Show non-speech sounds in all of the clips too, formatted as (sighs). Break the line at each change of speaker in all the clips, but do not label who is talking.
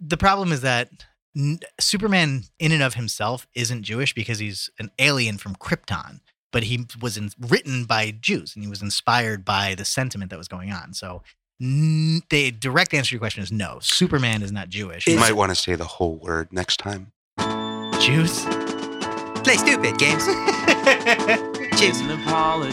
the problem is that n- Superman, in and of himself, isn't Jewish because he's an alien from Krypton. But he was in, written by Jews, and he was inspired by the sentiment that was going on. So, n- the direct answer to your question is no. Superman is not Jewish.
You
He's
might want to say the whole word next time.
Jews.
Play stupid
(laughs)
games. Jews.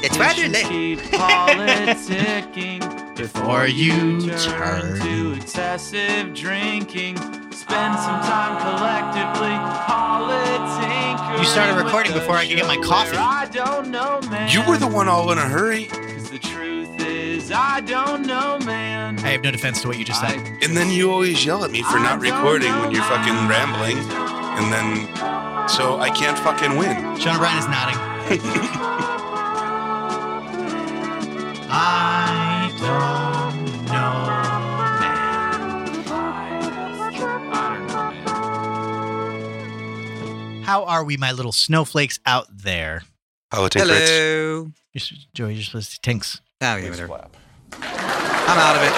It's
rather
rather
late.
(laughs)
late. politicking
Before you turn.
to excessive drinking. Spend some time collectively politicking.
You started recording before I could get my coffee.
I don't know, man.
You were the one all in a hurry,
'Cause the truth is, I don't know, man.
I have no defense to what you just said.
I-
and then you always yell at me for not recording when you're fucking rambling, and then so I can't fucking win.
Sean O'Brien is nodding. I don't know.
I don't know, man.
man. How are we, my little snowflakes out there?
Politics.
Hello.
You're s- Joey, you're supposed to tinks.
Oh, yeah, whatever. I'm out of it.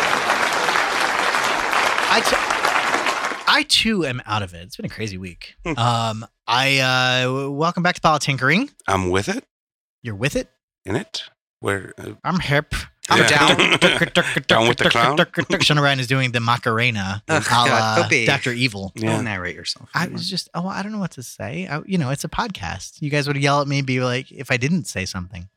I, t- I too am out of it. It's been a crazy week. um, I uh, w- welcome back to Politinkering.
I'm with it.
You're with it.
In it. Where? Uh,
I'm hip.
I'm down.
(laughs) Down with the clown?
(laughs) Sean O'Brien is doing the
(laughs)
Macarena,
Ugh,
a
God,
la
don't be.
Doctor Evil.
Don't
yeah.
narrate yourself.
I was just, oh, I don't know what to say. I, you know, it's a podcast. You guys would yell at me, be like, if I didn't say something.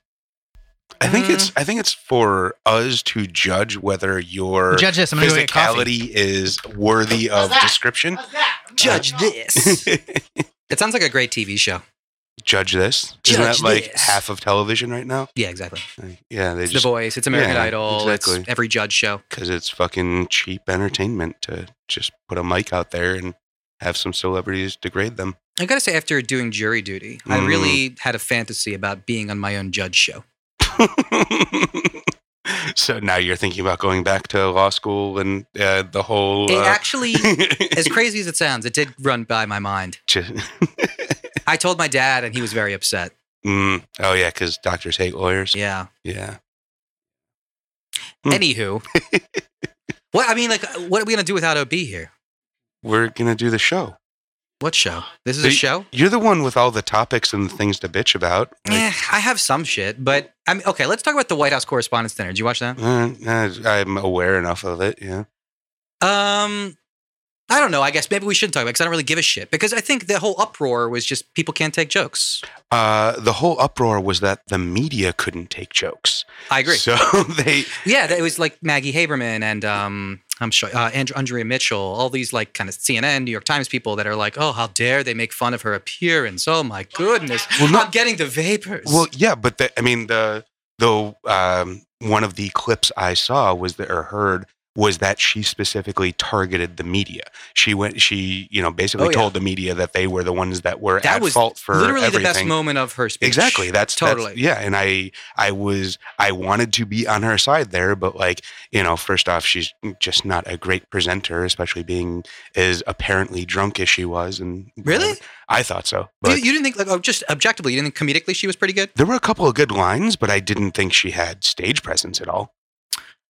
I think it's. I think it's for us to judge whether your
Judge this. I'm going to go get coffee.
physicality is worthy of
that?
description.
Judge
(laughs)
this. (laughs) it sounds like a great TV show.
Judge this. Isn't
Judge
that like
this.
half of television right now?
Yeah, exactly.
Yeah, they
It's The
just
Voice. It's American
yeah,
Idol. It's
exactly.
every judge show.
because it's fucking cheap entertainment to just put a mic out there and have some celebrities degrade them. (laughs)
I gotta say, after doing jury duty, I
Mm.
really had a fantasy about being on my own judge show.
so now you're thinking about going back to law school and uh, the whole.
It
Uh, (laughs)
actually, as crazy as it sounds, it did run by my mind.
just-
I told my dad, and he was very upset.
(laughs) Mm. Oh yeah, because doctors hate lawyers.
Yeah.
Yeah. Hmm. (laughs)
Anywho, what I mean, like, what are we gonna do without OB here?
we're gonna do the show.
What show? This is
The-
a show.
You're the one with all the topics and the things to bitch about. Like,
Eh, I have some shit, but I mean, okay. Let's talk about the White House Correspondents' Dinner. Did you watch that?
uh, uh, I'm aware enough of it. Yeah.
Um, I don't know. I guess maybe we shouldn't talk about because I don't really give a shit. Because I think the whole uproar was just people can't take jokes.
Uh, the whole uproar was that the media couldn't take jokes.
I agree.
So (laughs) they
Yeah, that- it was like Maggie Haberman and um, I'm sure uh, Andrew, Andrea Mitchell, all these like kind of CNN, New York Times people that are like, oh, how dare they make fun of her appearance? Oh my goodness,
well
I'm
not
getting the vapors.
well yeah, but the, I mean the the um, one of the clips I saw was that or heard was that she specifically targeted the media. She went she you know basically
Oh, yeah.
told the media that they were the ones that were
That
at
was
fault for
literally
everything.
the best moment of her speech.
Exactly. That's that's-
totally.
yeah, and I I was I wanted to be on her side there, but like you know, first off, she's just not a great presenter, especially being as apparently drunk as she was. And
Really?
I thought so.
You,
But
you didn't think like oh, just objectively, you didn't think comedically she was pretty good.
there were a couple of good lines, but I didn't think she had stage presence at all.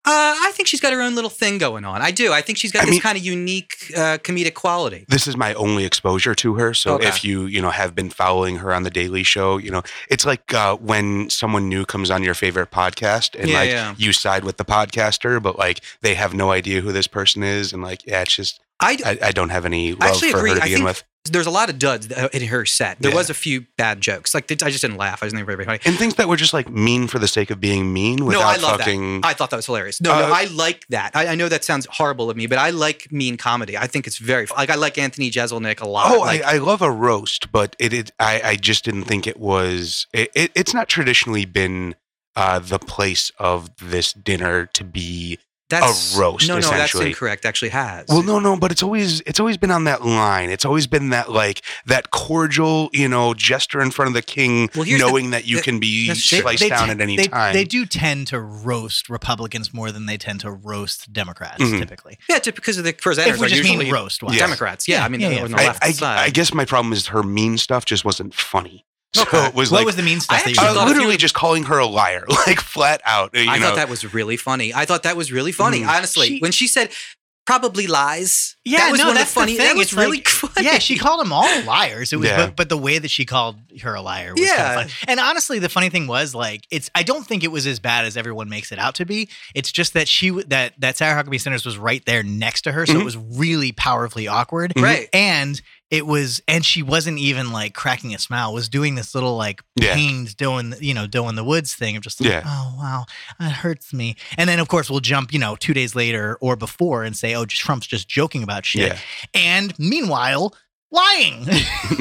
Uh, I think she's got her own little thing going on. I do. I think she's got
I
this
mean-
kind of unique uh, comedic quality.
This is my only exposure to her. So
Okay.
if you you know have been following her on the Daily Show, you know it's like uh, when someone new comes on your favorite podcast and
Yeah,
like
yeah.
you side with the podcaster, but like they have no idea who this person is, and like yeah, it's just
I,
I, I don't have any
I
love
actually
for
agree.
her to
I
begin
think-
with.
there's a lot of duds uh, in her set. There
Yeah.
was a few bad jokes. Like I just didn't laugh. I was not very very funny.
And things that were just like mean for the sake of being mean
No, I
without
love that.
fucking.
I thought that was hilarious. No,
Uh,
no, I like that. I, I know that sounds horrible of me, but I like mean comedy. I think it's very like I like Anthony Jeselnik a lot.
Oh,
like,
I, I love a roast, but it, it I, I just didn't think it was. It, it, it's not traditionally been uh, the place of this dinner to be.
that's
a roast,
No, no, that's
essentially.
incorrect. Actually, has
Well, no, no, but it's always it's always been on that line. It's always been that like that cordial, you know, gesture in front of the king,
Well, here's the-
knowing that you
the-
can be
that's-
They-
sliced
they
down
te-
at any
they,
time.
They do tend to roast Republicans more than they tend to roast Democrats,
Mhm.
typically.
yeah, just because of the presenters
If we
are
just
usually
mean roast wise.
Yeah.
Democrats. Yeah,
Yeah,
I mean
yeah,
they're
yeah.
on the
I,
left
I-
side.
I guess my problem is her mean stuff just wasn't funny. So
Okay.
it was
what
like
was the mean stuff
I
that you
actually
Uh,
thought-
thought?
literally
you-
just calling her a liar, (laughs) like flat out. You
I
know,
thought that was really funny. I thought that was really funny.
Mm.
Honestly,
She-
when she said probably lies,
Yeah,
that was
no,
one
that's
of the funny.
The thing.
That was
it's
really
like,
(laughs)
(laughs)
funny.
yeah, she called them all liars. It was,
Yeah.
but, but the way that she called her a liar was
Yeah.
kind of funny. And honestly, the funny thing was like, it's I don't think it was as bad as everyone makes it out to be. It's just that she w- that that Sarah Huckabee Sanders was right there next to her, so
Mhm.
it was really powerfully awkward.
Right.
And it was, and she wasn't even like cracking a smile. Was doing this little like
Yeah.
pained doing you know doing the woods thing of just like,
Yeah.
oh wow, it hurts me. And then of course we'll jump you know two days later or before and say oh Trump's just joking about shit
Yeah.
and meanwhile (laughs) lying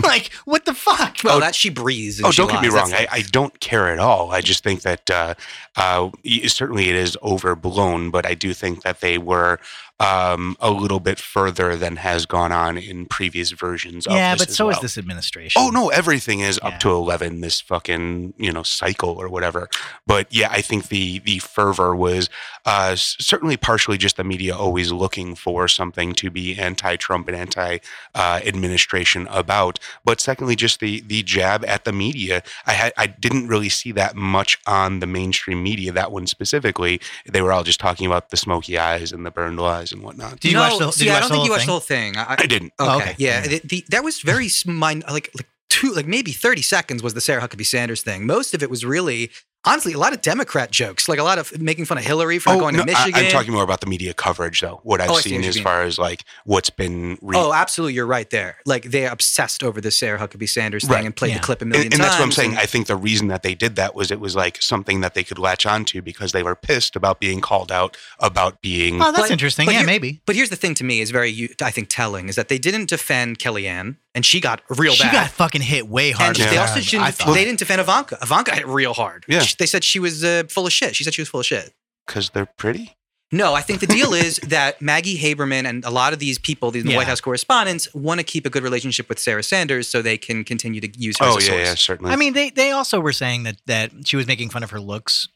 like what the fuck
Well, that she breathes. And
Oh,
she
don't get me
lies. That's
wrong. I,
like-
I don't care at all. I just think that uh, uh, y- certainly it is overblown, but I do think that they were um, a little bit further than has gone on in previous versions of
Oh, yeah
this
but
as
so is
well.
this administration
Oh no, everything is
Yeah.
up to eleven. This fucking you know cycle or whatever. But yeah, I think the the fervor was uh, s- certainly partially just the media always looking for something to be anti-Trump and anti-administration about. But secondly, just the the jab at the media. I had I didn't really see that much on the mainstream media. That one specifically, they were all just talking about the smoky eyes and the burned eyes and whatnot.
did you
no,
watch the, did
see,
you
I
watch
don't
the
think
whole
you watched
thing?
the whole thing. I,
I didn't.
Oh,
Okay.
okay.
Yeah.
Yeah.
The, the, that was very s- mind like like two like maybe thirty seconds was the Sarah Huckabee Sanders thing. Most of it was really honestly a lot of Democrat jokes, like a lot of making fun of Hillary for not going to Michigan.
Oh, I, am talking more about the media coverage, though. What I've
Oh, I see
seen
what you
as
mean.
far as like what's been. Re-
Oh, absolutely, you're right there. Like they obsessed over the Sarah Huckabee Sanders
Right.
thing and played
Yeah.
the clip a
and,
million
and
times.
that's what I'm saying.
and-
I think the reason that they did that was it was like something that they could latch onto because they were pissed about being called out about being.
oh that's
But-
interesting
but
yeah
here-
maybe
But here's the thing to me is very, u- I think, telling is that they didn't defend Kellyanne, and she got real
she
bad.
got fucking hit way
and
harder
they
than
also
I
didn't.
thought.
They didn't defend Ivanka. Ivanka hit real hard.
Yeah.
She- They said she was uh, full of shit. She said she was full of shit.
Because they're pretty.
No, I think the
(laughs)
deal is that Maggie Haberman and a lot of these people, these
Yeah.
White House correspondents, want to keep a good relationship with Sarah Sanders so they can continue to use her
Oh
as a
yeah,
source.
yeah, certainly.
I mean, they they also were saying that that she was making fun of her looks,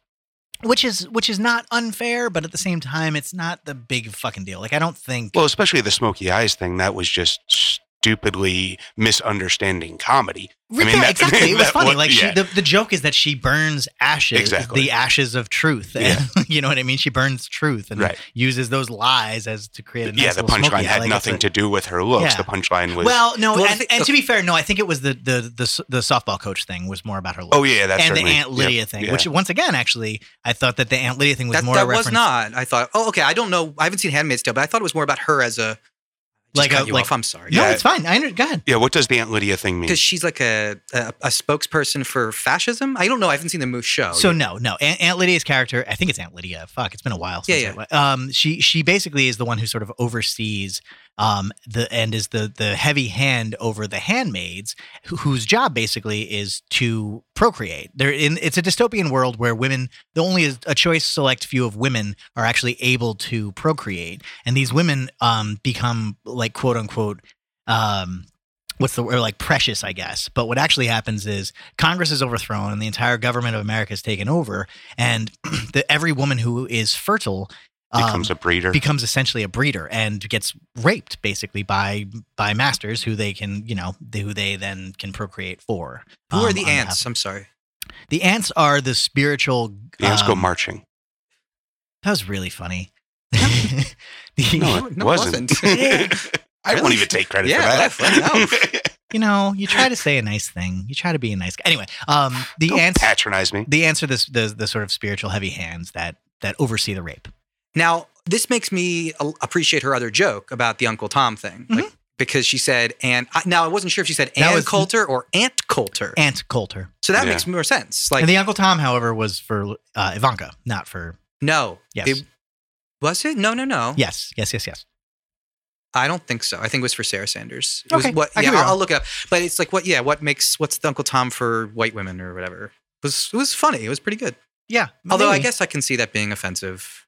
which is which is not unfair, but at the same time, it's not the big fucking deal. Like, I don't think.
well, especially the smoky eyes thing. That was just stupidly misunderstanding comedy.
Right
mean,
there,
that- (laughs)
exactly. it was
that
funny.
was-
like she,
yeah.
the, the joke is that she burns ashes,
Exactly.
the ashes of truth.
Yeah.
(laughs) you know what I mean? She burns truth and
Right.
uses those lies as to create a nice
yeah, the
little
punchline
smoky eye.
had
Like, it's
nothing
a-
to do with her looks.
Yeah.
The punchline was.
Well, no,
Well, I
and,
think-
and to be fair, no, I think it was the the the, s- the softball coach thing was more about her looks.
oh yeah, that's
and the
certainly.
Aunt
yep,
Lydia thing,
yeah.
which once again, actually, I thought that the Aunt Lydia thing was
That,
more a
that
reference
was not. I thought, oh, okay. I don't know. I haven't seen Handmaid's Tale, but I thought it was more about her as a. Just
Like
like
a-
you
like-
off. I'm sorry.
No,
Yeah.
it's fine. I under, go ahead.
yeah, what does the Aunt Lydia thing mean?
because she's like a, a a spokesperson for fascism. I don't know. I haven't seen the Moose show.
so no, no. Aunt, Aunt Lydia's character, I think it's Aunt Lydia. Fuck, it's been a while. Since
Yeah,
I- um, she she basically is the one who sort of oversees um the and is the the heavy hand over the handmaids wh- whose job basically is to procreate. They're in it's a dystopian world where women the only is a choice select few of women are actually able to procreate, and these women um become like quote unquote um what's the word like precious i guess but what actually happens is congress is overthrown and the entire government of america is taken over and (clears throat) the, every woman who is fertile um,
becomes a breeder.
becomes essentially a breeder and gets raped basically by by masters who they can you know who they then can procreate for
who are
um,
the
on
ants? I'm sorry.
behalf- the ants are the spiritual
the ants go
um,
marching.
that was really funny (laughs)
No, (laughs)
The-
No,
it
it
wasn't. (laughs)
wasn't. Yeah.
I won't
Really?
even take credit
Yeah,
for that. (laughs)
you know you try to say a nice thing you try to be a nice guy anyway um the
Don't
ants
patronize me.
the answer this the the sort of spiritual heavy hands that that oversee the rape.
Now this makes me a- appreciate her other joke about the Uncle Tom thing, like, because she said and I, now I wasn't sure if she said
Mm-hmm. That
Ann
was-
Coulter or Aunt Coulter.
Aunt Coulter.
so that
Yeah.
makes more sense. Like
and the Uncle Tom, however, was for uh, Ivanka, not for
no,
Yes.
It- was it? No, no, no.
yes, yes, yes, yes.
I don't think so. I think it was for Sarah Sanders. It was
Okay.
what,
I could
yeah,
be wrong.
I'll, I'll look it up. But it's like what? Yeah, what makes what's the Uncle Tom for white women or whatever? It was it was funny. It was pretty good.
Yeah.
Although I
Oh, maybe.
guess I can see that being offensive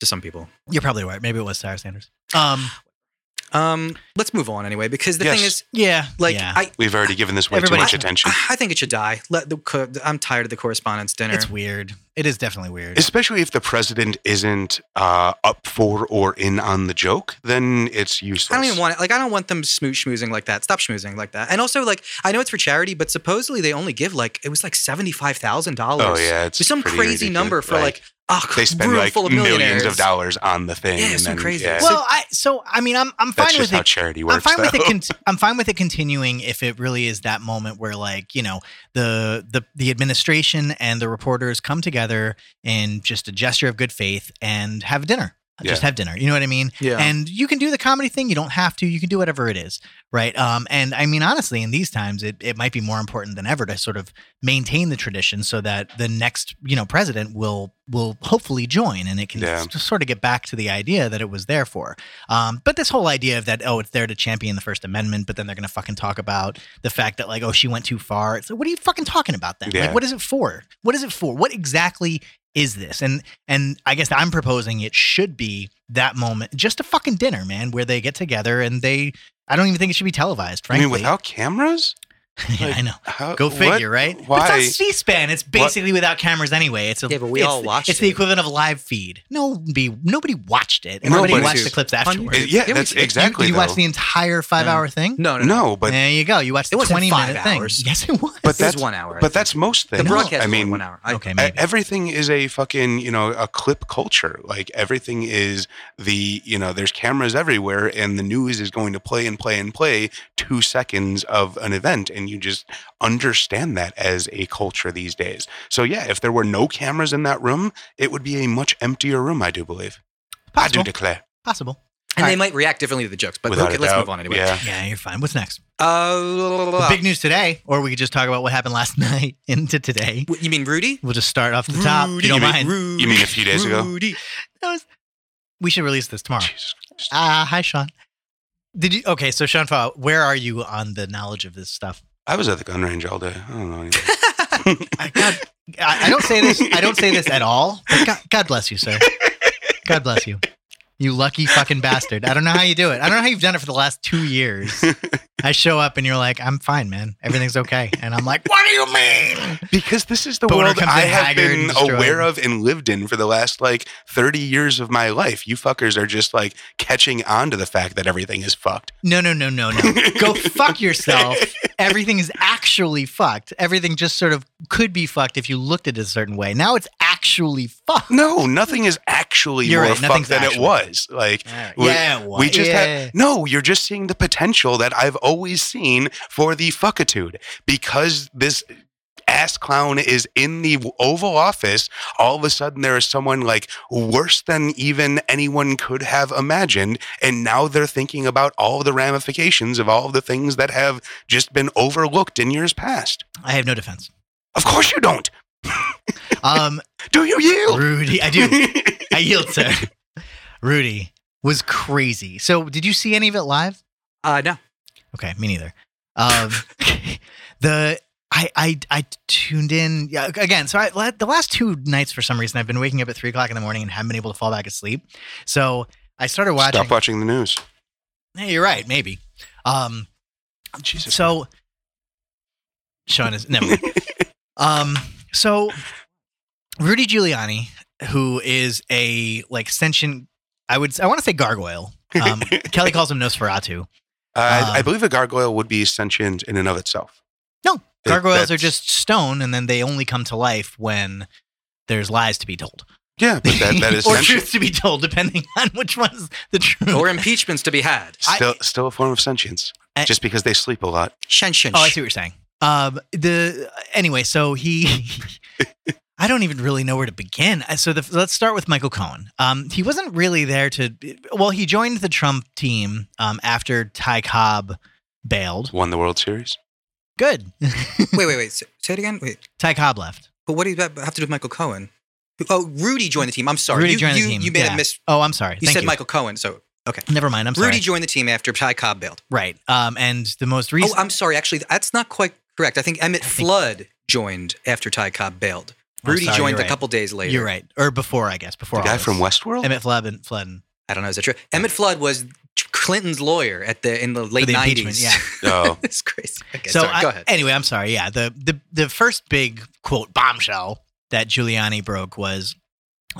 to some people.
you're probably right. Maybe it was Sarah Sanders. Um.
Um, let's move on anyway, because the
Yes.
thing is,
Yeah.
like,
yeah.
I,
We've already given this way too
Everybody-
much
(laughs)
attention.
I think it should die. Let the co- I'm tired of the correspondence dinner.
it's weird. It is definitely weird.
Especially if the president isn't uh, up for or in on the joke, then it's useless.
I don't even want it. Like, I don't want them smooch schmoozing like that. Stop schmoozing like that. And also, like, I know it's for charity, but supposedly they only give like it was like seventy five thousand dollars.
Oh yeah, it's
There's some
pretty
crazy
ridiculous.
number for like oh,
They spend
room
like
full of
millions
millionaires.
of dollars on the thing.
Yeah,
and
it's so
then,
crazy.
yeah,
Well, I so I mean I'm I'm
that's
fine
just
with
how
it.
charity works.
I'm fine with
though.
it. Con- I'm fine with it continuing if it really is that moment where, like, you know, the the the administration and the reporters come together in just a gesture of good faith and have dinner. Just
Yeah.
have dinner. You know what I mean?
(laughs) Yeah.
And you can do the comedy thing. You don't have to. You can do whatever it is, right? Um, and I mean, honestly, in these times, it it might be more important than ever to sort of maintain the tradition so that the next you know president will will hopefully join and it can
Yeah.
s- sort of get back to the idea that it was there for um, but this whole idea of that oh it's there to champion the first amendment but then they're gonna fucking talk about the fact that like oh she went too far it's like what are you fucking talking about then
Yeah.
like what is it for what is it for what exactly is this and and i guess i'm proposing it should be that moment just a fucking dinner man where they get together and they i don't even think it should be televised
I
frankly
mean, without cameras,
(laughs) yeah,
like,
i know
How-
Go
what-
figure, right? But
Why?
It's on C-SPAN. It's basically without cameras anyway. It's a,
Yeah, but we
it's-
all watched
It's the
it.
equivalent of a live feed. Nobody, nobody watched it.
No,
Nobody
but
watched
it's-
the clips
on
afterwards.
YouTube.
You,
It- yeah,
Yeah, we
that's
should- you-
exactly.
you watched
though.
the entire five-hour thing.
No, (laughs) no, no.
no, but
there you go. You watched
It
the
wasn't
twenty-minute
five
thing.
hours.
Yes, it was.
But
This is
that's-
one hour. I
but
think.
that's most
the
things.
broadcast.
I
was
mean,
one hour. I-
okay,
e-
maybe.
everything is a fucking you know a clip culture. Like everything is the you know there's cameras everywhere, and the news is going to play and play and play two seconds of an event, and you just understand that as a culture these days. So yeah, if there were no cameras in that room, it would be a much emptier room. I do believe. I
Possible.
do declare.
Possible.
and they might react differently to the jokes, but
without
okay,
a
let's
doubt.
move on anyway.
Yeah.
Yeah, you're fine. What's next?
Uh,
Well, big news today, or we could just talk about what happened last (laughs) night into today.
What, you mean Rudy?
We'll just start off the top. if
Rudy,
you don't
you mean
mind.
Rudy,
You mean a few days ago?
Rudy.
That was- we should release this
(laughs)
tomorrow.
Jesus Christ.
Ah, hi, Sean. Did you? Okay, so Sean, Fowle, where are you on the knowledge of this stuff?
I was at the gun range all day. I don't know anything.
I, God, I, I don't say this. I don't say this at all. But God, God bless you, sir. God bless you. You lucky fucking bastard. I don't know how you do it. I don't know how you've done it for the last two years. I show up and you're like, I'm fine, man. Everything's okay. And I'm like, what do you mean?
Because this is the
Boner
world
comes
I
in
have
haggard and
been
destroyed.
aware of and lived in for the last like 30 years of my life. You fuckers are just like catching on to the fact that everything is fucked.
No, no, no, no, no. Go fuck yourself. Everything is actually fucked. Everything just sort of could be fucked if you looked at it a certain way. Now it's actually fucked.
(laughs) No, nothing is actually
You're
more
right,
fucked
nothing's
than it
actually.
was. Like,
All right.
We-
yeah, it
we
was.
just
yeah.
have no. You're just seeing the potential that I've always seen for the fuckitude because this ass clown is in the Oval Office. All of a sudden, there is someone like worse than even anyone could have imagined, and now they're thinking about all the ramifications of all the things that have just been overlooked in years past.
I have no defense.
Of course, you don't. (laughs)
Um,
Do you yield?
Rudy, I
(laughs)
do. I yield, sir. Rudy was crazy. So, did you see any of it live?
Uh, no.
Okay, me neither.
(laughs)
Um, the I, I I tuned in yeah, again. So I la- the last two nights for some reason I've been waking up at three o'clock in the morning and haven't been able to fall back asleep. So I started watching.
Stop watching the news.
Hey, you're right. Maybe. Um,
Jesus.
so Sean is never.
(laughs)
mind. um, so Rudy Giuliani, who is a like sentient, I would I want to say gargoyle.
(laughs)
Um, Kelly calls him Nosferatu.
Uh, I
Um,
believe a gargoyle would be sentient in and of itself.
No,
It-
gargoyles are
that's-
just stone, and then they only come to life when there's lies to be told
yeah, but that, that
(laughs)
is
or
sentient.
truth to be told, depending on which one's the truth.
Or impeachments to be had.
I-
Still, still a form of sentience,
I-
just because they sleep a lot.
Shen shen.
Oh, I see what you're saying. Um, the anyway, so he, (laughs) I don't even really know where to begin. Uh, So the, let's start with Michael Cohen. Um, he wasn't really there to. Well, he joined the Trump team um, after Ty Cobb bailed.
Won the World Series.
Good, (laughs)
Wait, wait, wait. (laughs) Say say it again. Wait.
Ty Cobb left.
But what do you have to do with Michael Cohen? Oh, Rudy joined the team. I'm sorry.
Rudy
you,
joined the
you,
team,
You made
yeah.
a miss.
Oh, I'm sorry.
You
Thank
said Michael Cohen. So
Never mind. I'm sorry.
Rudy joined the team after Ty Cobb bailed.
Right. Um, and the most recent.
Oh, I'm sorry. Actually, that's not quite correct. I think Emmett Flood joined after Ty Cobb bailed.
Oh,
Rudy
sorry,
joined
you're
a
right.
couple days later.
You're right, or before I guess before
The guy
all this.
from Westworld.
Emmett Flood and Flood. and-
I don't know. Is that true? Emmett Flood was Clinton's lawyer at the in the late
the impeachment,
90s.
yeah.
(laughs)
Oh.
it's crazy. Okay,
so
sorry,
I-
go ahead.
anyway, I'm sorry. Yeah, the the the first big quote bombshell that Giuliani broke was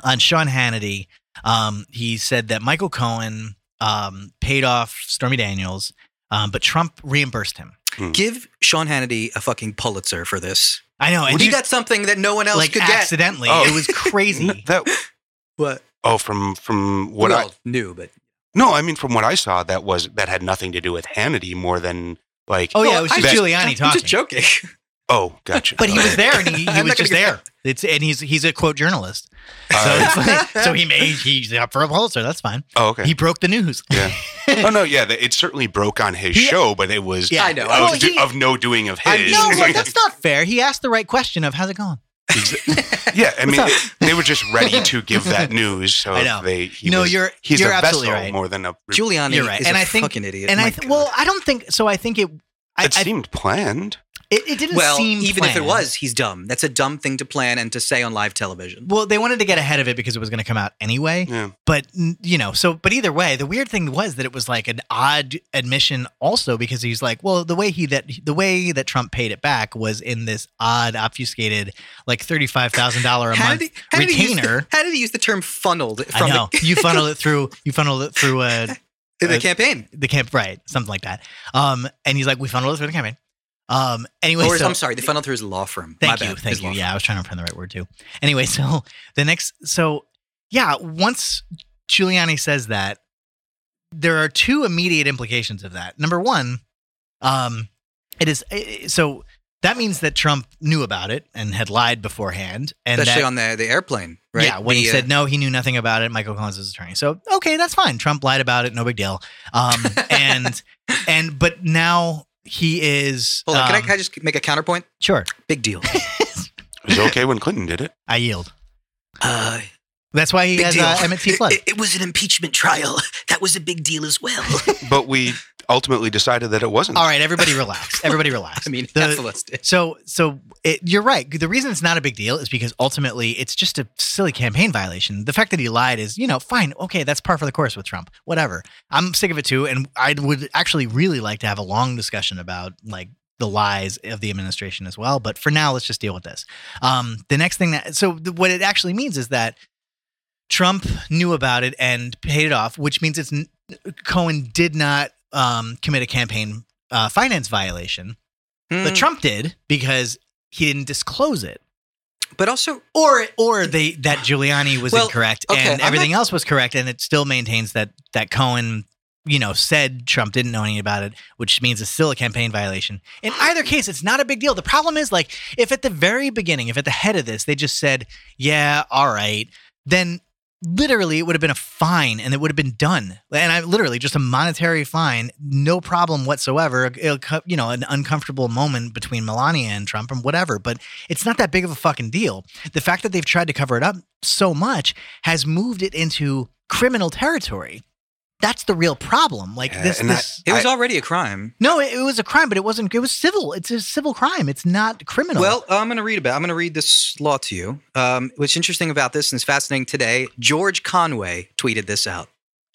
on Sean Hannity. Um, he said that Michael Cohen um, paid off Stormy Daniels, um, but Trump reimbursed him.
Give Sean Hannity a fucking Pulitzer for this.
I know. And
you
she-
got something that no one else
like
could get.
accidentally.
Oh.
It was (laughs)
(laughs)
crazy.
N- that
What?
oh from from what
we
I
all knew, but
no I mean from what I saw that was that had nothing to do with Hannity more than like
oh
oh,
yeah, it was just
That-
Giuliani
(laughs) I'm
talking.
just
(laughs)
joking.
gotcha
But he was there, and he, he
(laughs) I'm
was
not gonna
just
get
there. It's and he's he's a quote journalist, so
Uh,
it's like, so
(laughs)
he made he's up for a Pulitzer. That's fine.
oh okay
He broke the news.
Yeah. oh no yeah the, it certainly broke on his
He-
show but it was
Yeah.
I know.
of,
I
Well,
was-
do-
he-
of no doing of
I
his (laughs)
No,
Is-
look, that's not (laughs) fair. He asked the right question of how's it going.
yeah I mean
What's
it- they were just ready to give that news so
I know.
they he
No,
was-
you're-
he's
you're
a
absolutely
vessel
right.
more than a
Giuliani
You're right.
is
And
a
I think-
fucking idiot.
and
My
I th-
God.
well, I don't think so. I think it. I,
it
I-
seemed planned
it, it didn't
well,
seem
even if it
planned.
was, he's dumb. That's a dumb thing to plan and to say on live television.
Well, they wanted to get ahead of it because it was going to come out anyway.
yeah
But n- you know, so but either way, the weird thing was that it was like an odd admission, also because he's like, well, the way he that the way that Trump paid it back was in this odd, obfuscated, like thirty five thousand dollar a
how
month
did he, how did he use the-
retainer.
how did he use the term funneled
I
from
know
the,
you funnel it through. You funnel it through uh,
the
Uh,
campaign?
the camp, right? Something like that. Um, and he's like, we funneled it through the campaign. Um, anyway,
or
so,
I'm sorry, the funnel through his law firm. My
Thank
bad,
you.
his
Thank you.
law
Yeah, I was trying to find the right word too. Anyway, (laughs) so the next, so yeah, once Giuliani says that, there are two immediate implications of that. Number one, um, it is eh, so that means that Trump knew about it and had lied beforehand, and
especially
that,
on the, the airplane, right?
yeah, when
The,
he
uh,
said no, he knew nothing about it. Michael Collins is his attorney, so okay, that's fine. Trump lied about it, no big deal.
(laughs)
Um, and and but now he is.
Hold on, can I,
um,
can I just make a counterpoint?
sure,
Big
(laughs)
deal.
it was okay when Clinton did it
I yield.
Uh,
That's why he
big
has
deal.
uh, Emmett T. Flood.
(laughs) It, it was an impeachment trial. (laughs) That was a big deal as
(laughs)
well.
but we ultimately decided that it wasn't
All right, everybody relax. Everybody relax.
(laughs) I mean,
The-
that's the list.
so so it, you're right. The reason it's not a big deal is because ultimately it's just a silly campaign violation. The fact that he lied is, you know, fine, okay, that's par for the course with Trump. Whatever. I'm sick of it too, and I would actually really like to have a long discussion about like the lies of the administration as well. But for now, let's just deal with this. Um, the next thing that so th- what it actually means is that Trump knew about it and paid it off, which means it's n- Cohen did not um, commit a campaign uh, finance violation,
Hmm. Mm.
but Trump did because he didn't disclose it,
But also,
or or they that Giuliani was
Well,
incorrect
okay, I'm
and
not-
everything else was correct, and it still maintains that that Cohen. You know, said Trump didn't know anything about it, which means it's still a campaign violation. In either case, it's not a big deal. The problem is, like, if at the very beginning, if at the head of this, they just said, yeah, all right, then literally it would have been a fine and it would have been done. And I literally just a monetary fine, no problem whatsoever. It'll, co- you know, an uncomfortable moment between Melania and Trump and whatever, but it's not that big of a fucking deal. The fact that they've tried to cover it up so much has moved it into criminal territory. That's the real problem. Like
Yeah,
this,
and that-
this
it was
I-
already a crime.
no, it, it was a crime, but it wasn't. It was civil. It's a civil crime. It's not criminal.
Well, uh, I'm going to read about. I'm going to read this law to you. Um, what's interesting about this and is fascinating today. George Conway tweeted this out.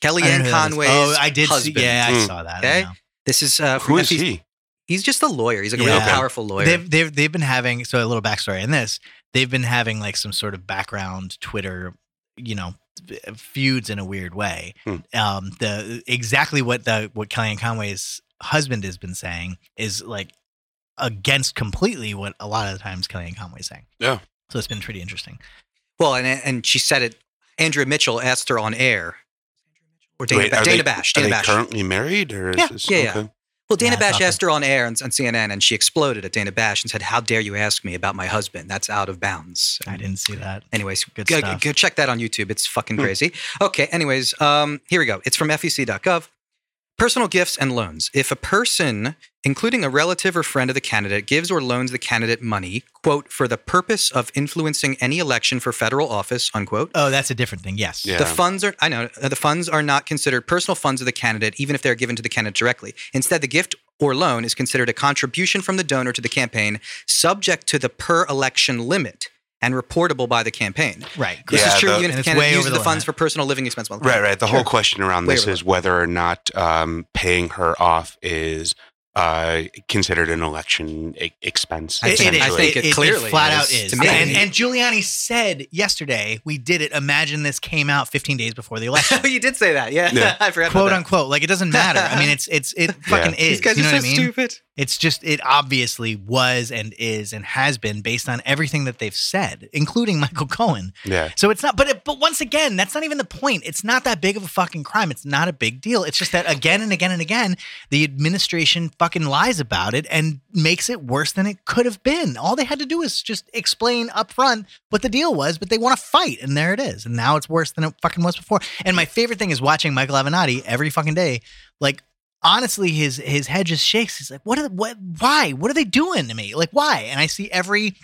I don't know
Kellyanne
who that is.
Conway's
Oh, I did.
husband.
See, yeah, I
Mm.
saw that. I
Okay.
know.
This is uh, from
who is
FCC.
he
He's just a lawyer. He's like a
Yeah.
real powerful lawyer.
They've they've they've been having so a little backstory in this. They've been having like some sort of background Twitter, you know, uh, feuds in a weird way.
Hmm.
Um, the exactly what the what Kellyanne Conway's husband has been saying is like against completely what a lot of the times Kellyanne Conway's saying.
Yeah.
So it's been pretty interesting.
well, and and she said it. Andrea Mitchell asked her on air. Or Dana,
Wait,
ba-
are
Dana
they-
Bash.
Are
Dana
they
Bash.
currently married, or is
Yeah,
this
yeah, yeah. Well, Dana
Yeah,
Bash
something.
asked her on air on, on CNN, and she exploded at Dana Bash and said, "How dare you ask me about my husband? That's out of bounds."
Hmm.
I didn't see that.
Anyways,
Good
go,
stuff. Hmm.
go check that on YouTube. It's fucking crazy. Okay. Anyways, um, here we go. It's from FEC.gov. Personal gifts and loans. If a person, including a relative or friend of the candidate, gives or loans the candidate money, quote, for the purpose of influencing any election for federal office, unquote, uh,
Oh, that's a different thing. Yes.
Yeah.
the funds are, I know, uh, the funds are not considered personal funds of the candidate, even if they're given to the candidate directly. Instead, the gift or loan is considered a contribution from the donor to the campaign, subject to the per election limit and reportable by the campaign.
Right.
This
Yeah,
is true
the-
even
And
if the
it's way
candidate uses
over
the,
the
funds
limit.
for personal living expenses.
Right, right. The
(laughs)
whole
Sure.
question around
Way
this
over
is
that.
whether or not um, paying her off is uh, considered an election e- expense.
I think- I
essentially.
think it clearly
flat out
is
is.
to me.
And, and Giuliani said yesterday, "We did it." Imagine this came out 15 days before the election,
Oh, you did say that. (laughs) Yeah.
Yeah.
(laughs) I forgot
quote
about that. (laughs)
unquote. Like it doesn't matter. I mean, it's it's it fucking
These
is.
guys
you know
are
what
so
I mean?
stupid.
It's just, it obviously was and is and has been based on everything that they've said, including Michael Cohen.
Yeah.
So it's not, but it, but once again, that's not even the point. It's not that big of a fucking crime. It's not a big deal. It's just that again and again and again, the administration fucking lies about it and makes it worse than it could have been. All they had to do is just explain up front what the deal was, but they want to fight, and there it is. And now it's worse than it fucking was before. And my favorite thing is watching Michael Avenatti every fucking day, like. Honestly, his his head just shakes. He's like, "What? Are, what? Why? What are they doing to me? Like, why?" And I see every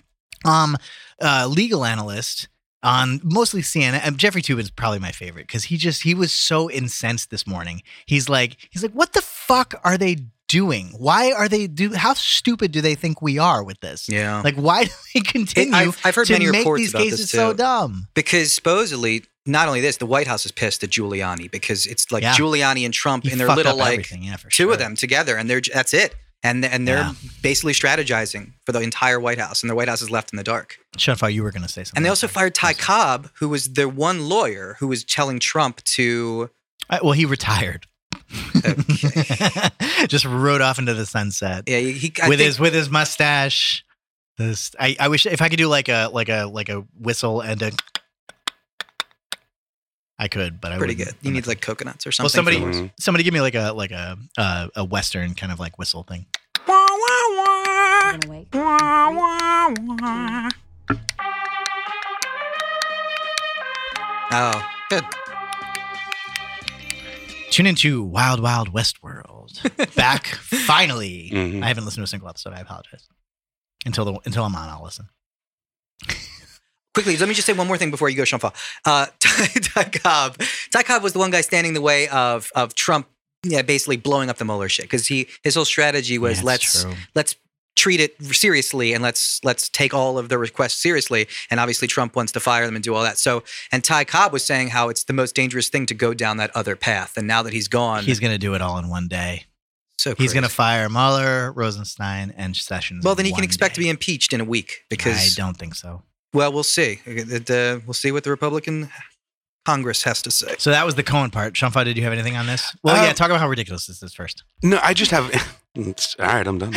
um uh, legal analyst on mostly CNN. Um, Jeffrey Tubin is probably my favorite because he just he was so incensed this morning. He's like he's like, what the fuck are they doing? Why are they do? How stupid do they think we are with this?
Yeah.
Like, why do they
It-
continue
I've, I've heard
to
many
make
reports
these
about
cases
this too.
so dumb?
because supposedly, not only this, the White House is pissed at Giuliani because it's like
Yeah.
Giuliani and Trump
He
and they're
fucked
little
up
like
everything, yeah, for
two
sure.
of them together, and they're j- that's it. And and they're
Yeah.
basically strategizing for the entire White House, and the White House is left in the dark.
Shunfar, you were going to say something.
And they
like
also
that.
fired Ty Cobb, who was the one lawyer who was telling Trump to.
Uh, well, he retired. (laughs) just rode off into the sunset.
Yeah, he. he- I
with
think-
his with his mustache. This I, I wish if I could do like a like a like a whistle and a I could, but I
pretty good.
wouldn't.
You
I'm
need
not-
like coconuts or something.
Well, somebody-
for the
Mhm.
horse.
somebody give me like a like a uh, a western kind of like whistle thing.
You're gonna wake. in three, two,
Oh, good.
Tune into Wild Wild West
(laughs)
World. Back finally.
Mhm.
I haven't listened to a single episode. I apologize. Until the until I'm on, I'll listen.
Quickly, let me just say one more thing before you go, Sean Paul. Uh, (laughs) Ty, Ty Cobb. Ty Cobb was the one guy standing in the way of of Trump. Yeah, basically blowing up the Mueller shit because he his whole strategy was
Yeah, it's
let's
true.
let's treat it seriously and let's let's take all of the requests seriously and obviously Trump wants to fire them and do all that. So and Ty Cobb was saying how it's the most dangerous thing to go down that other path and now that he's gone
He's gonna do it all in one day.
so
He's gonna
crazy.
fire Mueller, Rosenstein, and Sessions.
Well
in
then he can
one
expect to
day.
be impeached in a week because
I don't think so.
well we'll see. It, uh, we'll see what the Republican Congress has to say.
So that was the Cohen part. Shanfa, did you have anything on this? Well,
Uh,
Um,
yeah, talk about how ridiculous this is first.
Mm-hmm. No, I just have. (laughs) It's, all right, I'm done.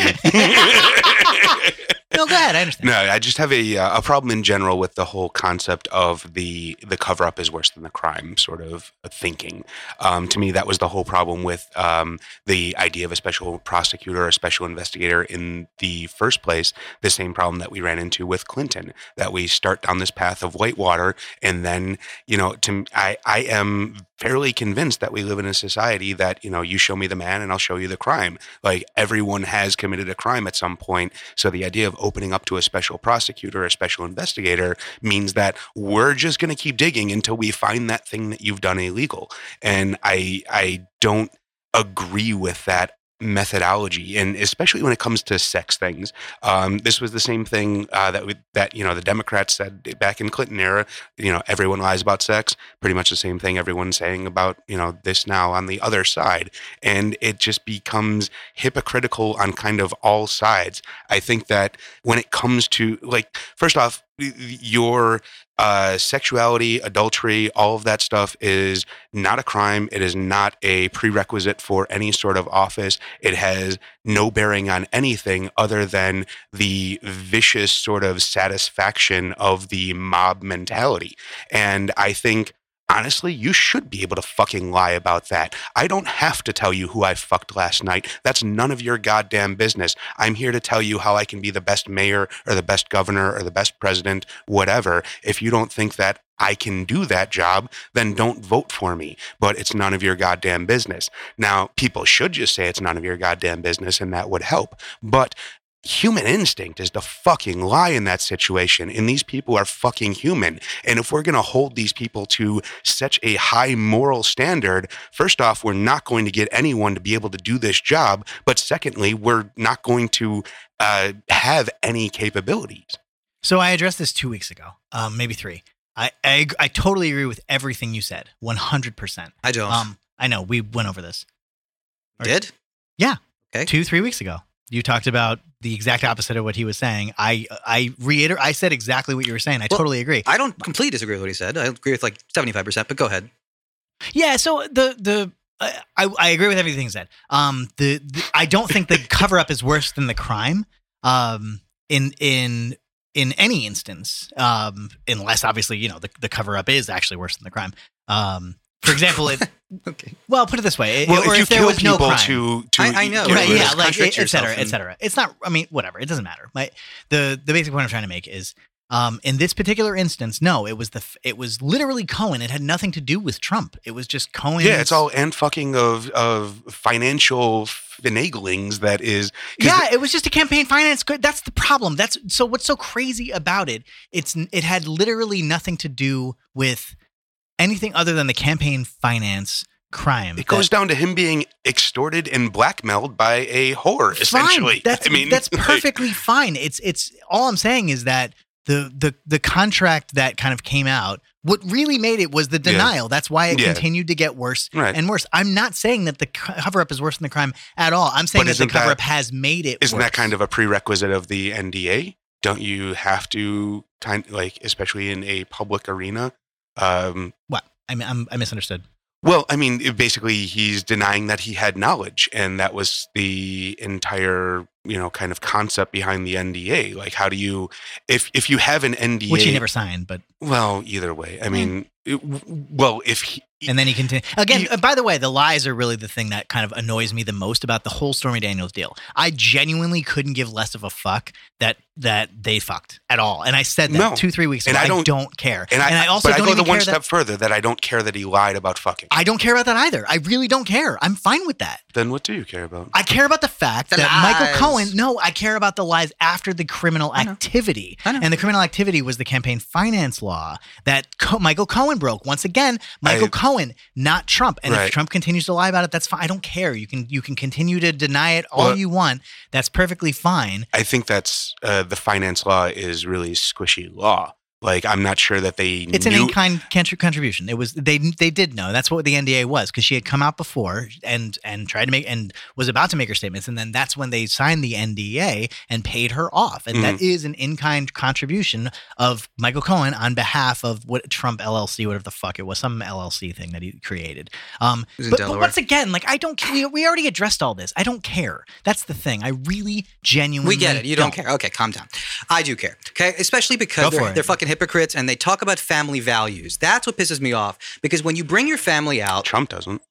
(laughs)
No, go ahead. I understand.
No, I just have a uh, a problem in general with the whole concept of the the cover up is worse than the crime sort of thinking. Um, to me, that was the whole problem with um, the idea of a special prosecutor or special investigator in the first place. The same problem that we ran into with Clinton, that we start down this path of whitewater, and then you know, to I I am fairly convinced that we live in a society that you know, you show me the man and I'll show you the crime. Like everyone has committed a crime at some point. So the idea of opening up to a special prosecutor, a special investigator, means that we're just going to keep digging until we find that thing that you've done illegal. And I I don't agree with that methodology, and especially when it comes to sex things. Um, this was the same thing uh, that we, that you know the Democrats said back in Clinton era. You know, everyone lies about sex. Pretty much the same thing everyone's saying about you know this now on the other side, and it just becomes hypocritical on kind of all sides. I think that when it comes to like, first off, y- y- your uh, sexuality, adultery, all of that stuff is not a crime. It is not a prerequisite for any sort of office. It has no bearing on anything other than the vicious sort of satisfaction of the mob mentality. And I think. Honestly, you should be able to fucking lie about that. I don't have to tell you who I fucked last night. That's none of your goddamn business. I'm here to tell you how I can be the best mayor or the best governor or the best president, whatever. If you don't think that I can do that job, then don't vote for me. But it's none of your goddamn business. Now, people should just say it's none of your goddamn business, and that would help. But human instinct is the fucking lie in that situation. And these people are fucking human. And if we're going to hold these people to such a high moral standard, first off, we're not going to get anyone to be able to do this job. But secondly, we're not going to uh, have any capabilities.
So I addressed this two weeks ago, um, maybe three. I, I ag- I totally agree with everything you said, one hundred percent.
I don't.
Um, I know we went over this or-
Did?
two three weeks ago. You talked about the exact opposite of what he was saying. I I reiter. I said exactly what you were saying. I
Well,
totally agree.
I don't completely disagree with what he said. I agree with like 75%, but go ahead.
Yeah. So the the I, I I agree with everything said. Um, the, the I don't think the cover up is worse than the crime. Um, in in in any instance, um, unless obviously you know the, the cover up is actually worse than the crime. Um, for example,
(laughs)
it,
Okay.
well, put it this way: it-
Well,
or
if you
there
kill
was no
people
crime,
to, to
I- I know,
get
right,
Right,
rid of-
yeah,
just
like
contradict
et
yourself
cetera, et
and-
cetera. It's not. I mean, whatever. It doesn't matter. My the the basic point I'm trying to make is, um, in this particular instance, no, it was the f- it was literally Cohen. It had nothing to do with Trump. It was just Cohen.
Yeah, it's all and fucking of of financial finaglings that is. 'cause
Yeah, it was just a campaign finance. co- That's the problem. That's so. What's so crazy about it? It's n- it had literally nothing to do with anything other than the campaign finance crime.
It goes down to him being extorted and blackmailed by a whore, essentially.
Fine. That's
I mean,
that's
(laughs) like,
perfectly fine. It's it's all I'm saying is that the the the contract that kind of came out, what really made it was the
Yeah.
denial. That's why it
Yeah.
continued to get worse
Right.
and worse. I'm not saying that the cover up is worse than the crime at all. I'm saying
But
that the
isn't that-
cover up has made it.
isn't
worse.
that kind of a prerequisite of the NDA? Don't you have to kind like, especially in a public arena? Um,
what? I mean, I'm, I misunderstood.
well, I mean, it- basically, he's denying that he had knowledge, and that was the entire you know kind of concept behind the NDA. Like, how do you if if you have an NDA?
Which he never signed, but
Well, either way, I mean, it- w- well, if he,
and then he continued again.
You-
uh, by the way, the lies are really the thing that kind of annoys me the most about the whole Stormy Daniels deal. I genuinely couldn't give less of a fuck that that they fucked at all, and I said that
No.
two three weeks ago.
And I
I don't,
don't-
care,
and I,
also
but
don't
I go
even
the one
care
step
that
further that I don't care that he lied about fucking.
I don't care about that either. I really don't care. I'm fine with that.
then what do you care about?
I care about the fact
The
that
lies.
Michael Cohen. No, I care about the lies after the criminal
I know.
activity,
I know.
and the criminal activity was the campaign finance law that Co- Michael Cohen broke. Once again, Michael
I-
Cohen, not Trump. And
Right.
if Trump continues to lie about it, that's fine. I don't care. You can you can continue to deny it all
Well-
you want. That's perfectly fine.
I think that's uh, the finance law is really squishy law. Like I'm not sure that they
It's an
knew.
in kind contribution. It was they they did know. That's what the NDA was because she had come out before and and tried to make and was about to make her statements, and then that's when they signed the NDA and paid her off, and
Mm-hmm.
that is an in kind contribution of Michael Cohen on behalf of what Trump LLC, whatever the fuck it was, some LLC thing that he created. Um,
was in
but, but
Delaware.
once again, like I don't. We, we already addressed all this. I don't care. That's the thing. I really genuinely
We get it. You don't care. Okay, calm down. I do care. Okay, especially
Go
because
for
they're,
it.
they're fucking hypocrites and they talk about family values. That's what pisses me off because when you bring your family out,
Trump doesn't.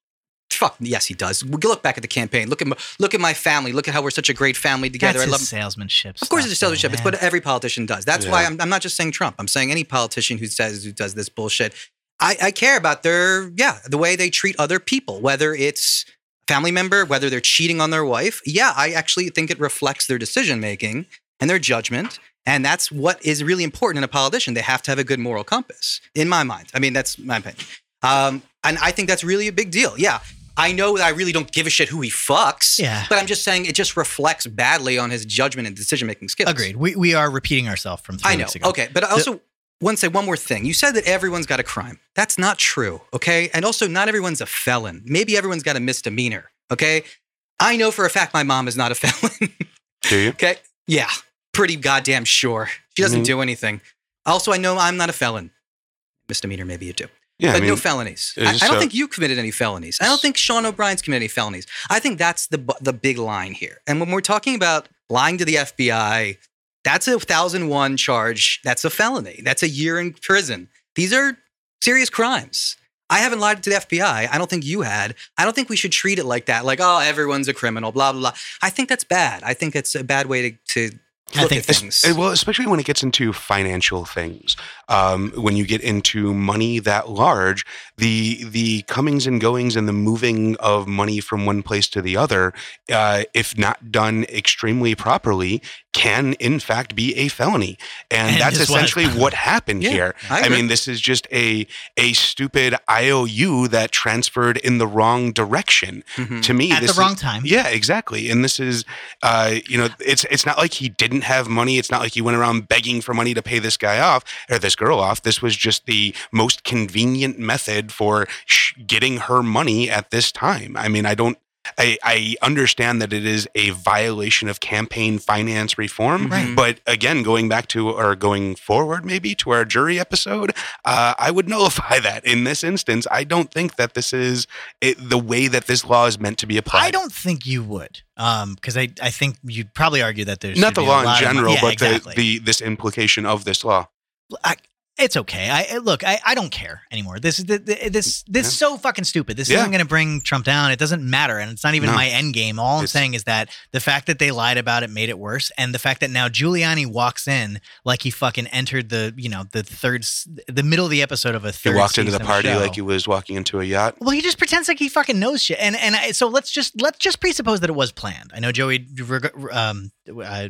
fuck yes, he does. We Look back at the campaign. Look at my- look at my family. Look at how we're such a great family together.
That's
I
his
love.
salesmanship.
Of course,
stuff,
it's a salesmanship.
though,
It's
man.
what every politician does. That's why
Yeah.
I'm, I'm not just saying Trump. I'm saying any politician who says who does this bullshit. I, I care about their yeah the way they treat other people, whether it's family member, whether they're cheating on their wife. Yeah, I actually think it reflects their decision making and their judgment, and that's what is really important in a politician. They have to have a good moral compass, in my mind. I mean, that's my opinion, um, and I think that's really a big deal. Yeah. I know that I really don't give a shit who he fucks,
Yeah.
but I'm just saying it just reflects badly on his judgment and decision making skills.
Agreed. We, we are repeating ourselves from three
I know.
weeks ago.
Okay, but I also want to say one more thing. You said that everyone's got a crime. That's not true. Okay, and also not everyone's a felon. Maybe everyone's got a misdemeanor. Okay, I know for a fact my mom is not a (laughs) felon.
Do you?
okay, yeah, pretty goddamn sure she doesn't
Mhm.
do anything. Also, I know I'm not a felon. Misdemeanor, maybe you do,
Yeah,
but
I mean,
no felonies.
uh,
I, I don't
so-
think you committed any felonies. I don't think Sean O'Brien's committed any felonies. I think that's the bu- the big line here. And when we're talking about lying to the FBI, that's a 1001 charge. That's a felony. That's a year in prison. These are serious crimes. I haven't lied to the FBI. I don't think you had. I don't think we should treat it like that. Like, oh, everyone's a criminal, blah, blah, blah. I think that's bad. I think it's a bad way to, to
I
look
think
at
it's-
things.
Uh, Well, especially when it gets into financial things, um, when you get into money that large, the the comings and goings and the moving of money from one place to the other, uh, if not done extremely properly, can in fact be a felony, and,
And
that's
is what-
essentially what happened
Yeah,
here.
I
I
agree.
mean, this is just a a stupid IOU that transferred in the wrong direction.
Mhm.
To me,
Mm. At
this
the
is-
wrong time.
yeah, exactly. And this is, uh, you know, it's it's not like he didn't have money. It's not like he went around begging for money to pay this guy off or this girl off. This was just the most convenient method for sh- getting her money at this time. I mean, I don't. I, I understand that it is a violation of campaign finance reform.
Right.
But again, going back to or going forward, maybe to our jury episode, uh, I would nullify (laughs) that in this instance. I don't think that this is it, the way that this law is meant to be applied.
I don't think you would, because I, I think you'd probably argue that there's
Not the law in general,
yeah,
but
exactly.
the, the this implication of this law.
I, it's okay. I I- look. I, I don't care anymore. This is the, the, this this is so fucking stupid. This
Yeah.
isn't going to bring Trump down. It doesn't matter, and it's not even
No.
my end game. All I'm
It's-
saying is that the fact that they lied about it made it worse, and the fact that now Giuliani walks in like he fucking entered the you know the third s- the middle of the episode of a
He
third.
walked into the
season
party
show.
like he was walking into a yacht.
Well, he just pretends like he fucking knows shit, and and I, so let's just let's just presuppose that it was planned. I know Joey, reg- um, uh,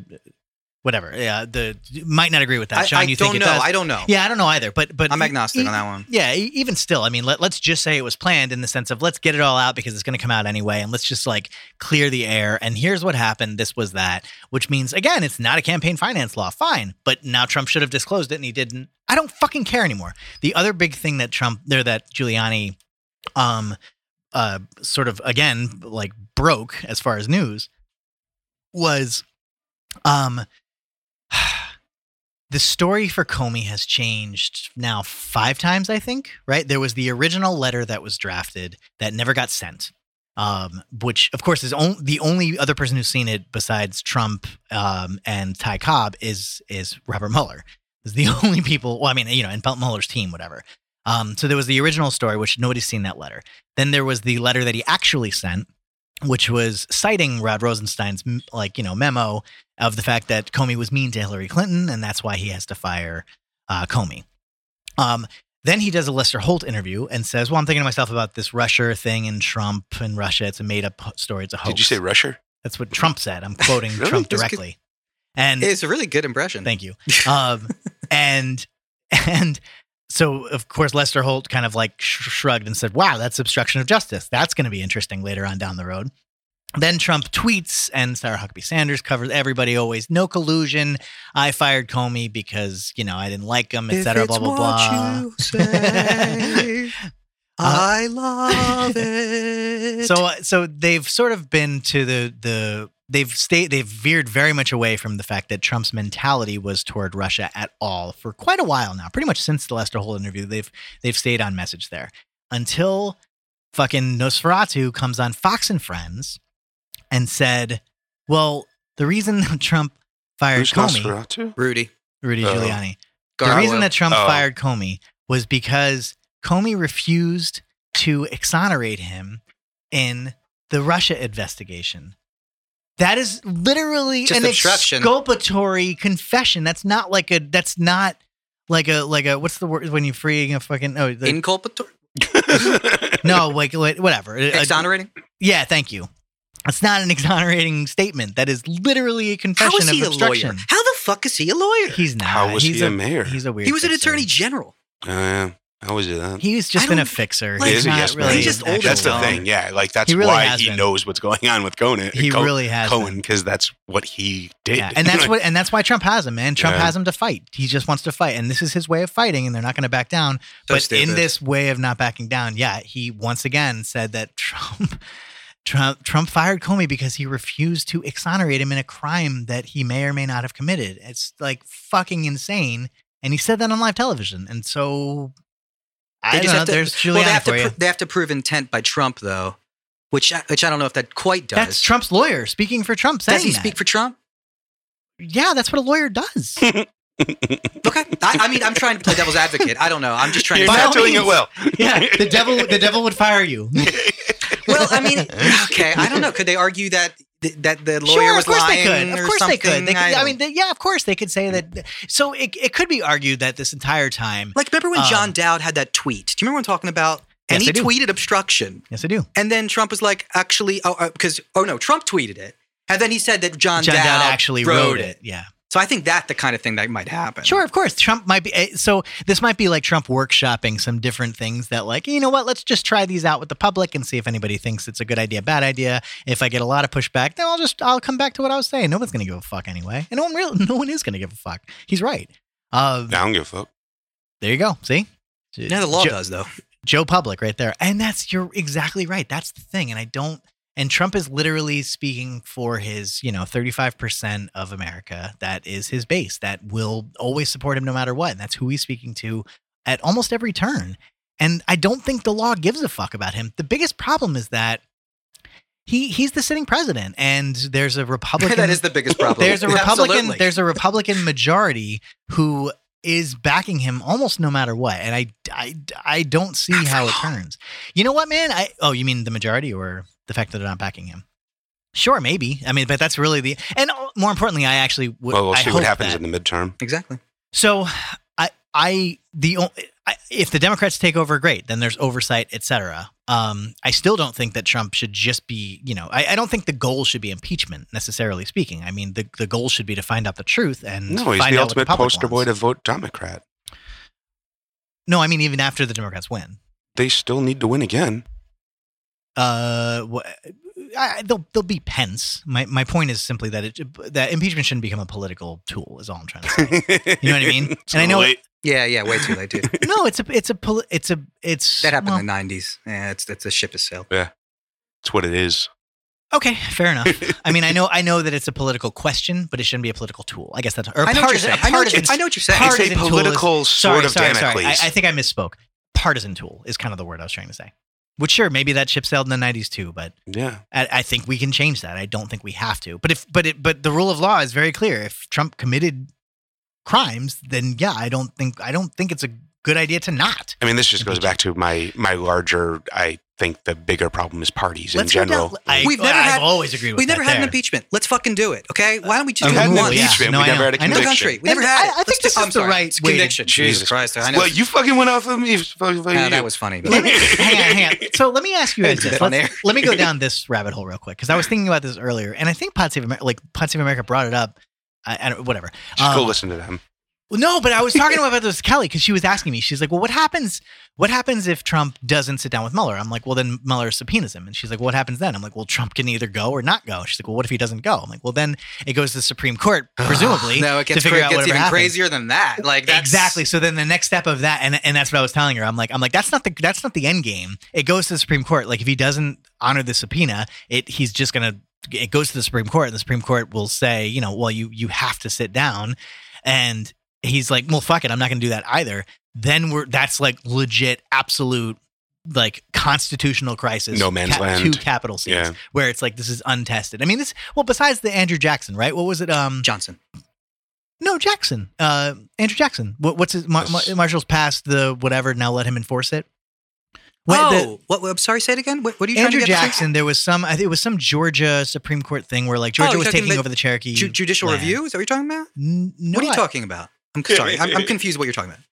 whatever, yeah, the might not agree with that.
I,
Sean,
I
you
don't
think
know.
it does?
I don't know.
yeah, I don't know either, but but
I'm agnostic on that one.
Yeah, e- even still, I mean, let, let's just say it was planned in the sense of let's get it all out because it's going to come out anyway, and let's just like clear the air. And here's what happened. This was that, which means again, it's not a campaign finance law. Fine, but now Trump should have disclosed it, and he didn't. I don't fucking care anymore. The other big thing that Trump, there, that Giuliani, um, uh, sort of again like broke as far as news was, um. the story for Comey has changed now five times, I think, right? There was the original letter that was drafted that never got sent, um, which, of course, is on- the only other person who's seen it besides Trump um, and Ty Cobb is, is Robert Mueller. Is the (laughs) only people, well, I mean, you know, and Mueller's team, whatever. Um, so there was the original story, which nobody's seen that letter. Then there was the letter that he actually sent, which was citing Rod Rosenstein's, m- like, you know, memo of the fact that Comey was mean to Hillary Clinton, and that's why he has to fire uh, Comey. Um, then he does a Lester Holt interview and says, "Well, I'm thinking to myself about this Russia thing and Trump and Russia. It's a made up story. It's a hoax."
Did you say Russia?
that's what Trump said? I'm
(laughs)
quoting
Really?
Trump
This could-
directly. And
It's a really good impression.
Mm. Thank you.
(laughs)
Um, and and so of course Lester Holt kind of like sh- shrugged and said, "Wow, that's obstruction of justice. That's going to be interesting later on down the road." Then Trump tweets, and Sarah Huckabee Sanders covers everybody always. No collusion. I fired Comey because you know I didn't like him,
If
etc.
it's
Blah blah
what
blah. (laughs) Uh,
you say, I love it.
(laughs) So uh, so they've sort of been to the the they've stayed they've veered very much away from the fact that Trump's mentality was toward Russia at all for quite a while now. Pretty much since the Lester Holt interview, they've they've stayed on message there until fucking Nosferatu comes on Fox and Friends and said, "Well, the reason (laughs) Trump fired
Who's
Comey,
(laughs) Nosferatu?
Rudy
Rudy
Oh.
Giuliani, the
Garbo.
reason that Trump
Oh.
fired Comey was because Comey refused to exonerate him in the Russia investigation. That is literally
Just
an
obstruction.
exculpatory confession. That's not like a. That's not like a like a. What's the word when you freeing a fucking? Oh, the,
inculpatory,
no, like like, whatever. A- a-
exonerating.
yeah, thank you. It's not an exonerating statement. That is literally a confession
How is he
of
a lawyer?
obstruction.
How the fuck is he a lawyer?
He's not.
How was
he's
he a mayor?
He's a weird.
He was an
fixer.
attorney general.
Uh, how is it that?
He's
I
just been a
don't-
fixer.
like,
He
He's
is a
not
yes man.
really
He's just
an
old
actual-
as
That's the
dumb.
thing. Yeah, like that's
He really
why
has
he
been.
knows what's going on with Conan.
He
Co-
really has.
Cohen,
been.
because that's what he did.
Yeah, and
(laughs)
that's what and that's why Trump has him, man. Trump
Yeah.
has him to fight. He just wants to fight, and this is his way of fighting, and they're not going to back down. but
So
in
stupid.
this way of not backing down, yeah, he once again said that (laughs) Trump. Trump, Trump fired Comey because he refused to exonerate him in a crime that he may or may not have committed. It's like fucking insane, and he said that on live television. And so, I don't know.
have to,
there's Giuliani
well, they have
for
to
you.
pro- they have to prove intent by Trump though, which I- which I don't know if that quite does.
That's Trump's lawyer speaking for Trump. Saying
Does he
that.
speak for Trump?
Yeah, that's what a lawyer
(laughs)
does.
Okay, I, I mean I'm trying to play devil's advocate. I don't know. I'm just trying
You're
By
to.
all
not doing
means.
it well.
(laughs)
(laughs)
yeah, the devil, the devil would fire
(laughs)
you.
Well, I (laughs) mean, okay, I don't know. Could they argue that th- that the lawyer
sure,
was
of course
lying
they could.
or
Of course
something?
they could. They could I,
don't-
mean, they, yeah, of course they could say that. So it, it could be argued that this entire time.
like remember when John
um,
Dowd had that tweet? Do you remember what I'm talking about?
Yes,
And
I
he
do.
tweeted obstruction,
Yes, I do.
and then Trump was like, actually, oh, because oh no, Trump tweeted it, and then he said that John,
John Dowd actually wrote it. Yeah.
So I think that's the kind of thing that might happen.
Sure, of course. Trump might be. eh, So this might be like Trump workshopping some different things that, like, you know what, let's just try these out with the public and see if anybody thinks it's a good idea, bad idea. If I get a lot of pushback, then I'll just, I'll come back to what I was saying. No one's going to give a fuck anyway. And no one really, (laughs) no one is going to give a fuck. He's right. Uh,
I don't give a fuck.
There you go. See?
Yeah, the law
Jo-
does though.
Joe Public right there. And that's you're exactly right. That's the thing. And I don't And Trump is literally speaking for his, you know, 35% of America. That is his base that will always support him no matter what. And that's who he's speaking to at almost every turn. And I don't think the law gives a fuck about him. The biggest problem is that he he's the sitting president and there's a Republican
(laughs) that is the biggest problem.
there's a Republican
Absolutely.
there's a Republican majority who is backing him almost no matter what, and I I, I don't see how it turns. You know what, man? I oh, you mean the majority or the fact that they're not backing him? Sure, maybe. I mean, but that's really the and uh, more importantly, I actually would.
well, we'll
I
see what
hope
happens
that-
in the midterm.
exactly.
so I I the o- I, if the Democrats take over, great. Then there's oversight, etc. Um, I still don't think that Trump should just be, you know, I, I don't think the goal should be impeachment necessarily speaking. I mean, the, the goal should be to find out the truth and
No, he's
find
the
out what
ultimate
public
poster boy
wants.
to vote Democrat.
No, I mean even after the Democrats win,
They still need to win again.
uh, wh- I, I- they'll they'll be Pence. My my point is simply that it that impeachment shouldn't become a political tool. Is all I'm trying to
(laughs)
say. You know what I mean? And I know
Wait,
Yeah, yeah, way too late, dude.
(laughs) no, it's a it's a poli- it's a it's
That happened
well,
in the '90s. Yeah, it's that's a ship has sailed.
It's what it is.
Okay, fair
(laughs)
enough. I mean, I know, I know that it's a political question, but it shouldn't be a political tool. I guess that's or
I know, what
partisan.
you're saying. I, know what you-
partisan-
I know what you're saying.
Part-
It's
Partisan
a
tool is-
political
sorry,
sword of
sorry, sorry. I,
Damocles.
I think I misspoke. Partisan tool is kind of the word I was trying to say. Which sure, maybe that ship sailed in the '90s too, but
yeah.
I, I think we can change that. I don't think we have to. But if, but it, but the rule of law is very clear. If Trump committed crimes, then yeah, I don't think I don't think it's a good idea to not.
I mean, this just goes back to my my larger. I think the bigger problem is parties in
Let's go
general.
down- I,
We've never
I've
had-
always agreed with
We never
that
had an
there.
impeachment. Let's fucking do it, okay? Why don't we just
We've
do
had
it
an
Ooh,
once?
yeah.
impeachment.
No,
we
I
never
know.
had a
I know.
No
conviction.
country. We never
And
had.
I-
it.
I
Let's
think
do-
this
I'm
is the
sorry.
right
It's
way to-
conviction. Jesus
Jesus.
Christ! I know.
Well, you fucking went off of me. Fucking
Ah,
you.
that was funny. (laughs)
Let me, hang on, hang on. So let me ask you
I
guys
did
this.
that on
Let's-
air.
let me
(laughs)
go down this rabbit hole real quick because I was thinking about this earlier, and I think Pod Save America, like Pod Save America, brought it up. I, I don't, whatever.
Just go
Um,
listen to them.
no, but I was
(laughs)
talking about this with Kelly because she was asking me. She's like, "Well, what happens? What happens if Trump doesn't sit down with Mueller?" I'm like, "Well, then Mueller subpoenas him." And she's like, "What happens then?" I'm like, "Well, Trump can either go or not go." She's like, "Well, what if he doesn't go?" I'm like, "Well, then it goes to the Supreme
(sighs)
Court, presumably."
no, it
to
gets,
figure
cra- it
out
gets
whatever
even
happens.
crazier than that. Like that's,
exactly. So then the next step of that, and and that's what I was telling her. I'm like, I'm like, that's not the that's not the end game. It goes to the Supreme Court. Like if he doesn't honor the subpoena, it he's just gonna it goes to the Supreme Court, and the Supreme Court will say, you know, well you you have to sit down, and he's like, well fuck it, I'm not gonna do that either. Then we're that's like legit absolute like constitutional crisis
No man's land.
two capital cities
Yeah.
where it's like this is untested i mean this well besides the andrew jackson right what was it um
Johnson.
no, Jackson. Uh, Andrew Jackson. What, what's his? Mar- Mar-
Yes.
Marshall's passed the whatever. Now let him enforce it. When the-
oh, what, I'm sorry. Say it again. What, what Oh, are you
Andrew
trying to get to?
Jackson. There was some. I think it was some Georgia Supreme Court thing where like Georgia
Oh, you're
was
talking
taking
about
over the Cherokee
Ju- judicial
land.
review? Is that what you're talking about?
N- no,
what are you
I-
talking about? I'm sorry.
(laughs)
I'm, I'm confused. What you're talking about?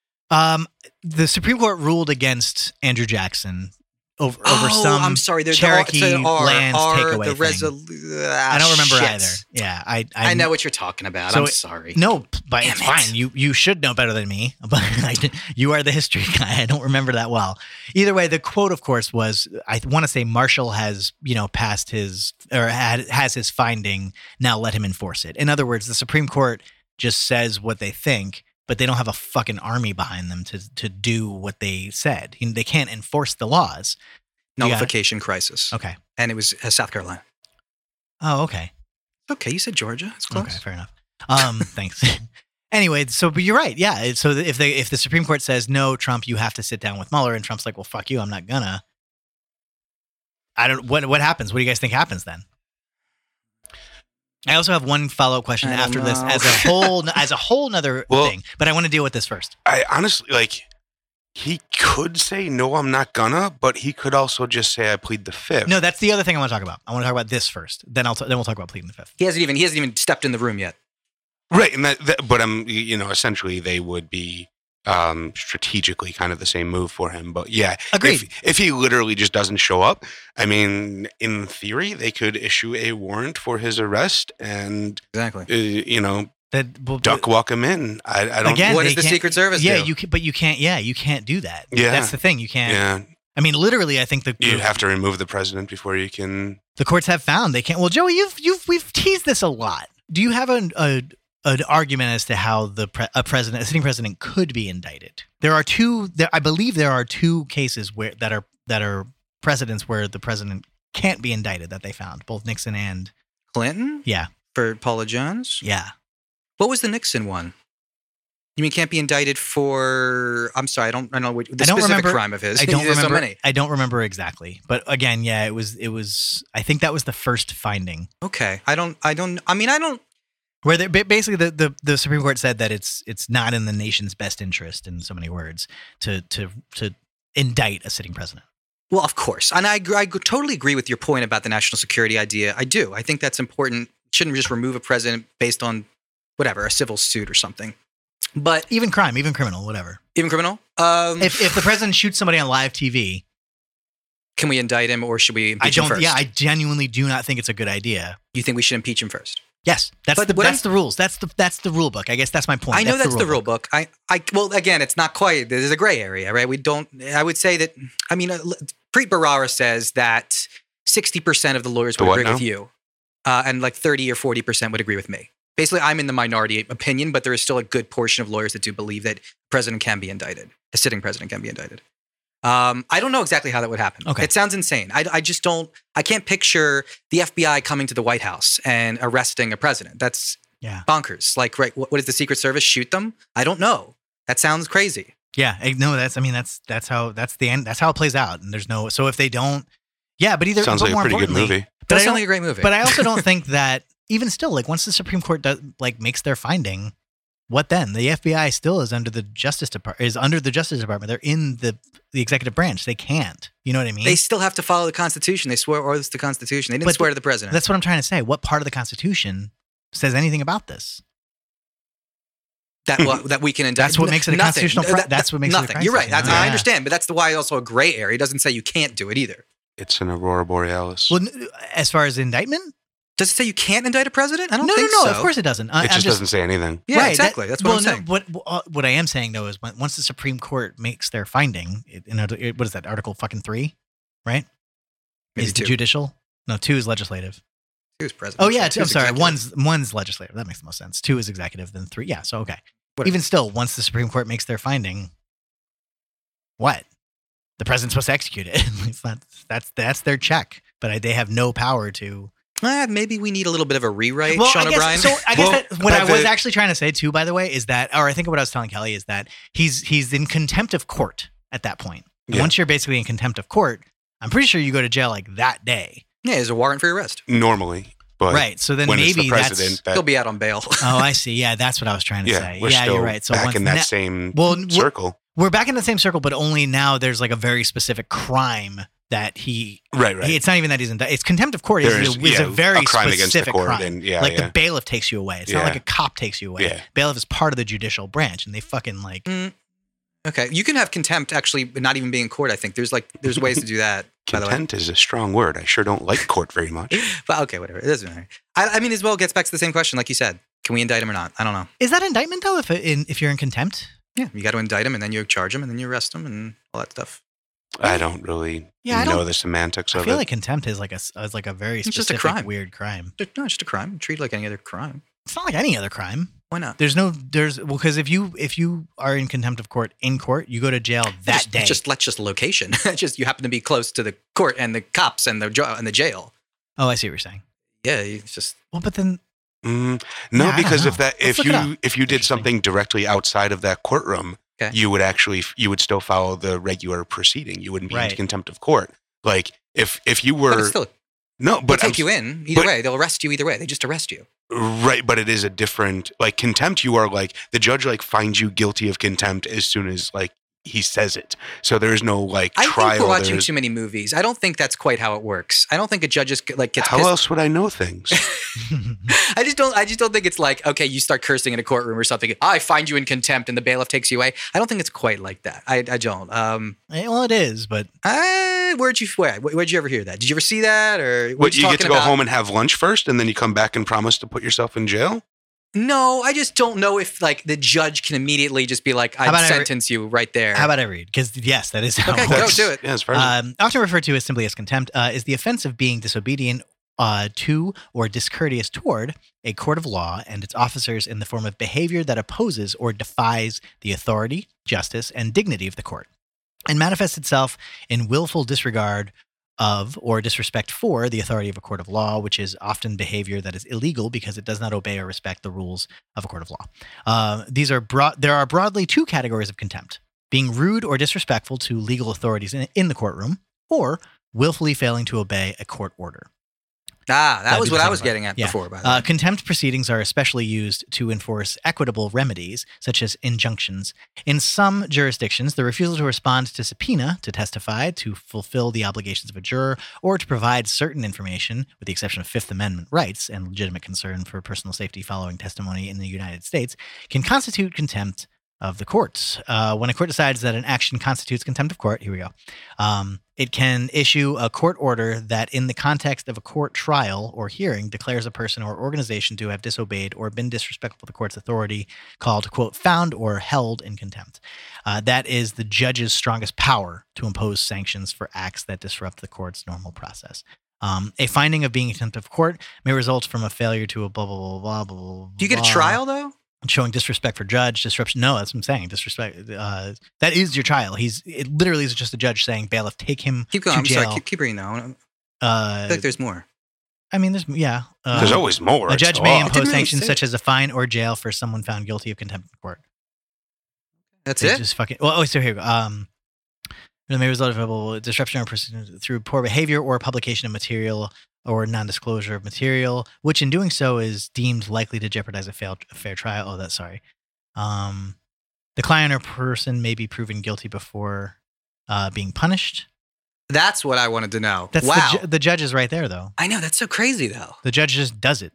Um, the Supreme Court ruled against Andrew Jackson over over
oh,
some.
I'm sorry. There's
Cherokee
the, R,
lands
R,
takeaway
The
thing.
resolu-
I don't remember
ah, shit.
either. Yeah, I
I know what you're talking about.
So
I'm
it-
sorry.
No, but it's
Damn it.
fine. You you should know better than me. (laughs) But I, you are the history (laughs) guy. I don't remember that well. Either way, the quote, of course, was I want to say Marshall has you know passed his or had, has his finding. Now let him enforce it. In other words, the Supreme Court just says what they think, but they don't have a fucking army behind them to to do what they said. You know, they can't enforce the laws.
Nullification crisis.
Okay.
And it was uh, South Carolina.
Oh, okay.
Okay, you said Georgia. It's close.
Okay, fair enough. Um, (laughs) thanks. anyway, so but you're right. Yeah. it- So if they if the Supreme Court says no, Trump, you have to sit down with Mueller, and Trump's like, well, fuck you, I'm not gonna. I don't. What what happens? What do you guys think happens then? I also have one follow up question
I don't
after this
know.
as a whole as a whole nother
(laughs) Well-
thing, but I want to deal with this first.
I honestly like. He could say no, I'm not gonna, but he could also just say I plead the fifth.
No, that's the other thing I want to talk about. I want to talk about this first. Then I'll t- then we'll talk about pleading the fifth.
He hasn't even he hasn't even stepped in the room yet.
Right, and that, that but um, you know, essentially they would be um strategically kind of the same move for him. But yeah,
Agreed.
if if he literally just doesn't show up, I mean, in theory, they could issue a warrant for his arrest and
Exactly.
uh, you know
that well,
duck walk him in. I, I don't.
Again,
what
they
does the
can't-
Secret Service
yeah,
do?
you can, but you can't. Yeah, you can't do that.
Yeah.
that's the thing. You can't.
yeah,
I mean, literally, I think the
you have to remove the president before you can.
the courts have found they can't. Well, Joey, you've you've we've teased this a lot. Do you have an a, an argument as to how the pre- a president, a sitting president, could be indicted? There are two. There, I believe there are two cases where that are that are precedents where the president can't be indicted that they found both Nixon and
Clinton?
Yeah.
For Paula Jones?
yeah.
What was the Nixon one? You mean can't be indicted for? I'm sorry, I don't. I don't know what the
I don't
specific
remember-
crime of his.
I don't
There's
remember.
So many.
I don't remember exactly, but again, yeah, it was it was. I think that was the first finding
Okay, I don't. I don't. I mean, I don't.
where they, ba- basically the, the the Supreme Court said that it's it's not in the nation's best interest, in so many words, to to to indict a sitting president.
Well, of course, and I, agree- I totally agree with your point about the national security idea. I do. I think that's important. Shouldn't just remove a president based on whatever a civil suit or something. But
Even crime, even criminal, whatever.
even criminal. Um,
If if the president shoots somebody on live TV,
can we indict him or should we impeach
I
him
don't.
first?
Yeah, I genuinely do not think it's a good idea.
you think we should impeach him first?
Yes, that's
But
the
what
that's the rules. That's the that's the rule book. I guess that's my point.
I know that's, the,
rule
rule book. I, I, well, again, it's not quite. There's a gray area, right? We don't. I would say that. I mean, uh, l- Preet Bharara says that sixty percent of the lawyers
The
would
what
agree
now?
with you, uh, and like thirty or forty percent would agree with me. Basically, I'm in the minority opinion, but there is still a good portion of lawyers that do believe that president can be indicted, a sitting president can be indicted. Um, I don't know exactly how that would happen.
Okay.
It sounds insane. I, I just don't. I can't picture the FBI coming to the White House and arresting a president. That's
Yeah.
bonkers. Like, right? What, what is the Secret Service shoot them? I don't know. That sounds crazy.
Yeah, I- no, that's I mean that's that's how that's the end. That's how it plays out. And there's no so if they don't, yeah, but either
Sounds
but
like a
more
pretty good
importantly-
movie.
But
That
I
sounds
don't-
like a great movie.
But I also (laughs) don't think that even still, like once the Supreme Court does like makes their finding, what then? The FBI still is under the Justice Department is under the Justice Department. They're in the the executive branch. They can't. You know what I mean?
they still have to follow the Constitution. They swear oaths to the Constitution. They didn't
Hmm? But
swear to the president.
that's what I'm trying to say. What part of the Constitution says anything about this?
that
(laughs)
wa- that we can indict.
That's what makes it a
Nothing. Uh,
constitutional pro- that's what makes it a
nothing.
crime
You're right.
section.
That's, I
Yeah.
understand, but that's the why also a gray area. It doesn't say you can't do it either.
It's an Aurora Borealis.
Well, n- as far as indictment,
Does it say you can't indict a president? I don't
no, no,
think
no.
so.
Of course it doesn't. I,
it
I'm
just doesn't say anything.
Yeah,
Right, that-
exactly. that's what
well,
I'm
no,
saying.
What uh, what I am saying though is when, once the Supreme Court makes their finding, it, you know, it, what is that Article fucking three, right?
Maybe
is the
two.
judicial? No, two is legislative.
Who's president?
Oh yeah, two, I'm
Who's
sorry.
executive?
One's one's legislative. That makes the most sense. Two is executive, then three. Yeah, so okay.
Whatever.
Even still, once the Supreme Court makes their finding, what? The president's supposed to execute it. (laughs) it's not, that's that's their check, but I, they have no power to.
Ah, maybe we need a little bit of a rewrite,
well,
Sean
I guess,
O'Brien.
So I guess
Well,
that, what
but
I was
the-
actually trying to say too, by the way, is that, or I think what I was telling Kelly is that he's he's in contempt of court at that point. And
Yeah.
Once you're basically in contempt of court, I'm pretty sure you go to jail like that day,
(laughs) yeah, there's a warrant for your arrest.
Normally, but
right? So then
when
maybe
it's the
that's
president, that,
He'll be out on bail.
(laughs)
(laughs)
Oh, I see. Yeah, that's what I was trying to
yeah,
say.
we're
yeah,
still
you're right. So
back
once
in that
na-
same
well, n- we're,
circle.
we're back in the same circle, but only now there's like a very specific crime that he.
Right, right.
he- it's not even that he's in. It's contempt of court. It's,
There's-
a, it's
yeah,
a very
crime against the
specific
court,
crime.
and yeah,
like
yeah.
the bailiff takes you away. It's not
Yeah.
like a cop takes you away.
Yeah.
Bailiff is part of the judicial branch, and they fucking like.
Okay, you can have contempt actually, but not even being in court. I think there's like there's ways to do that. by the way,
Content is a strong word. I sure don't like court very much.
(laughs) but okay, whatever. It doesn't matter. I, I mean, as well gets back to the same question, like you said, can we indict him or not? I don't know.
Is that indictment though? If in, if you're in contempt,
Yeah, you got to indict him, and then you charge him, and then you arrest him, and all that stuff.
I don't really
Yeah, I
know
don't-
the semantics
I
of
feel
it.
like contempt is like a s- is like a very
It's
specific
just a crime.
weird crime.
Just- No, it's just a crime. Treat it like any other crime.
It's not like any other crime.
Why not?
There's no there's well because if you if you are in contempt of court in court, you go to jail that
just,
day.
Just let's just location. (laughs) It's just you happen to be close to the court and the cops and the jo- and the jail.
oh, I see what you're saying.
Yeah, you just
Well, but then
Mm, no,
Yeah, I don't
because
know.
if that
Let's
if
look it
you if you did
Interesting.
something directly outside of that courtroom,
Okay.
you would actually you would still follow the regular proceeding. You wouldn't be
Right.
in contempt of court. Like if if you
but
were
it's still
no,
they'll
but I'm
take you in either
but-
way. They'll arrest you either way. They just arrest you.
Right, but it is a different like contempt. You are like the judge like finds you guilty of contempt as soon as like he says it. So there is no like
I
trial.
think we're watching
there's-
too many movies. I don't think that's quite how it works. I don't think a judge is like gets
How
pissed.
else would I know
(laughs)
things?
I just don't. I just don't think it's like okay, you start cursing in a courtroom or something. I find you in contempt, and the bailiff takes you away. I don't think it's quite like that. I, I don't. Um,
eh, well, it is. But
I, where'd you where, where'd you ever hear that? Did you ever see that or?
what
you
you get to go
about?
home and have lunch first, and then you come back and promise to put yourself in jail.
No, I just don't know if like the judge can immediately just be like,
How
I
about I re-
sentence you right there.
how about I read? Because yes, that is how. (laughs)
Okay,
it
go,
works.
do it.
Yeah, as far as
Um, often referred to as simply as contempt uh, is the offense of being disobedient uh, to or discourteous toward a court of law and its officers in the form of behavior that opposes or defies the authority, justice, and dignity of the court, and manifests itself in willful disregard of or disrespect for the authority of a court of law, which is often behavior that is illegal because it does not obey or respect the rules of a court of law. Uh, these are broad. There are broadly two categories of contempt: being rude or disrespectful to legal authorities in, in the courtroom, or willfully failing to obey a court order.
Ah, that
That'd
was
be
what
the
I
same
was
part.
getting at
Yeah.
before, by the
Uh,
way.
contempt proceedings are especially used to enforce equitable remedies, such as injunctions. In some jurisdictions, the refusal to respond to subpoena, to testify, to fulfill the obligations of a juror, or to provide certain information, with the exception of Fifth Amendment rights and legitimate concern for personal safety following testimony in the United States, can constitute contempt of the court. Uh, when a court decides that an action constitutes contempt of court, here we go. Um, it can issue a court order that, in the context of a court trial or hearing, declares a person or organization to have disobeyed or been disrespectful to the court's authority, called, quote, found or held in contempt. Uh, that is the judge's strongest power to impose sanctions for acts that disrupt the court's normal process. Um, a finding of being in contempt of court may result from a failure to a blah, blah, blah, blah, blah.
Do you get a
blah
trial though?
showing disrespect for judge disruption no that's what i'm saying disrespect uh, that is your trial he's it literally is just a judge saying bailiff take him
Keep going.
to
I'm
jail
sorry. Keep, keep reading though. I feel
uh,
like there's more.
i mean there's yeah uh,
There's always Oh, more.
a
It's
judge
a
may
lot.
impose
really
sanctions
say-
such as a fine or jail for someone found guilty of contempt of court
That's
They
it.
Just fucking. Well, oh, so here we go. Um, the may result of a blah, disruption or person through poor behavior or publication of material or non-disclosure of material, which in doing so is deemed likely to jeopardize a, failed, a fair trial. Oh, that's sorry. Um, the client or person may be proven guilty before uh, being punished.
That's what I wanted to know.
That's
wow.
the, ju- the judge is right there, though.
I know that's so crazy though.
The judge just does it.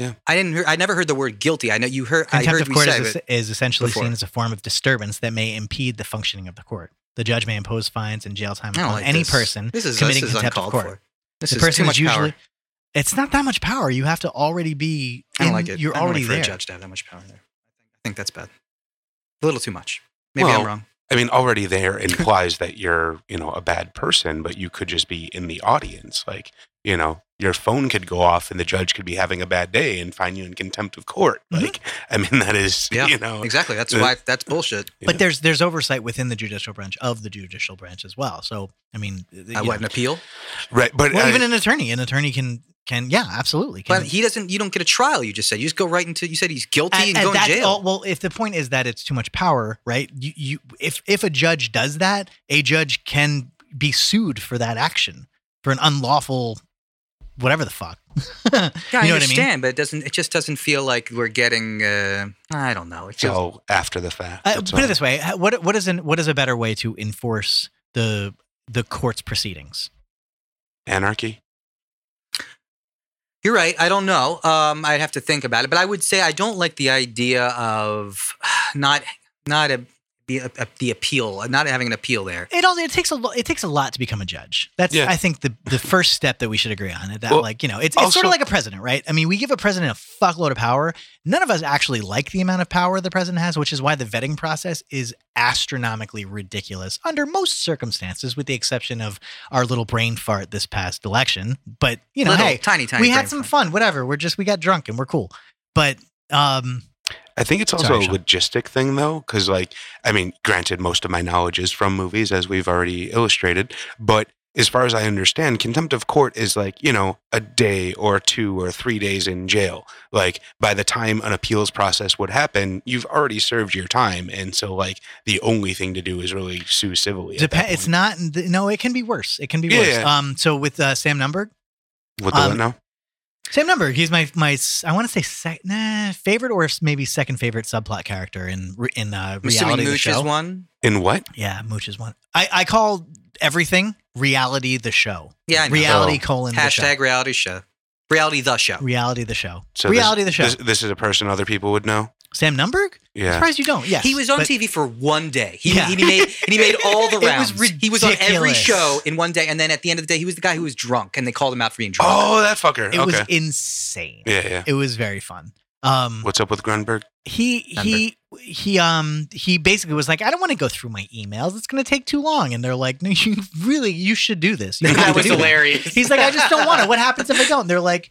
I didn't. Hear, I never heard the word guilty. I know you heard. I
Contempt
heard
of
we
court
say
is,
it.
is essentially
before.
seen as a form of disturbance that may impede the functioning of the court. The judge may impose fines and jail time
I don't
upon
like
any
this.
person
This is,
committing
this is
contempt of
uncalled
court.
for. This
the
is
person
too
is
much
usually
power.
it's not that much power. You have to already be.
I don't
in-
like it.
You're
I don't
already
like for
there.
a judge to have that much power there. I think that's bad. A little too much. Maybe I'm
Well,
wrong.
I mean, already there implies that you're, you know, a bad person, but you could just be in the audience. Like, you know, your phone could go off and the judge could be having a bad day and find you in contempt of court.
Mhm.
Like, I mean, that is,
Yeah,
you know,
Exactly. That's
the-
why. That's bullshit.
But
Yeah.
there's there's oversight within the judicial branch of the judicial branch as well. So I mean, you
I
know.
want an appeal,
right. But
well,
I-
even an attorney, an attorney can can yeah, absolutely. Can,
but he doesn't. You don't get a trial. You just said you just go right into. You said he's guilty
And-
and,
and
go to
that's
jail.
all- well, if the point is that it's too much power, right? You, you if if a judge does that, a judge can be sued for that action for an unlawful, whatever the fuck. (laughs) you know
yeah, I
what I mean?
understand, but it doesn't. It just doesn't feel like we're getting. Uh, I don't know. It's
it's
just,
all after the fact.
Uh,
That's
put it
all.
this way: h- what what is an, what is a better way to enforce the the court's proceedings?
Anarchy.
You're right. I don't know. Um, I'd have to think about it, but I would say I don't like the idea of (sighs) not not a, the a, the appeal, not having an appeal there.
It also it takes a lo- it takes a lot to become a judge. That's
Yeah.
I think the the first step that we should agree on. That
Well,
like you know it's, it's
also-
sort of like a president, right? I mean, we give a president a fuckload of power. None of us actually like the amount of power the president has, which is why the vetting process is astronomically ridiculous under most circumstances, with the exception of our little brain fart this past election. But you know,
Little,
hey,
tiny, tiny.
we had
brain
some
fart.
fun. Whatever. We're just we got drunk and we're cool. But um.
I think it's also
Sorry,
a
Sean.
logistic thing, though, because, like, I mean, granted, most of my knowledge is from movies, as we've already illustrated, but as far as I understand, contempt of court is like, you know, a day or two or three days in jail. Like, by the time an appeals process would happen, you've already served your time. And so, like, the only thing to do is really sue civilly. at
Depen-
that
it's
point.
not. No, it can be worse. It can be
Yeah,
worse.
yeah.
Um. So with uh, Sam Numberg,
What the
um,
what now?
Sam Numberg, he's my my s- I want to say sec- nah, favorite or s- maybe second favorite subplot character in re- in uh,
I'm assuming
reality the
Mooch
show.
is one.
In what?
Yeah, Mooch is one. I I call everything reality the show.
Yeah, I know. Oh.
Reality colon the
Hashtag reality show. Reality the show.
show. Reality the show.
So this-
reality the show.
This, this is a person other people would know.
Sam Numberg.
Yeah.
Surprised you don't. Yes,
He was on
but-
TV for one day. He,
Yeah.
he made and
(laughs)
he made all the
It was
rounds. he was on every
ridiculous.
show in one day, and then at the end of the day, he was the guy who was drunk, and they called him out for being drunk.
Oh, that fucker.
It
okay.
was insane.
yeah, yeah.
It was very fun. Um.
What's up with Grunberg?
he he he um he basically was like i don't want to go through my emails it's going to take too long and they're like no (laughs) you really you should do this You
(laughs) (laughs)
(laughs)
That
have to
was
do
hilarious.
he's like i just don't want to what happens if i don't and they're like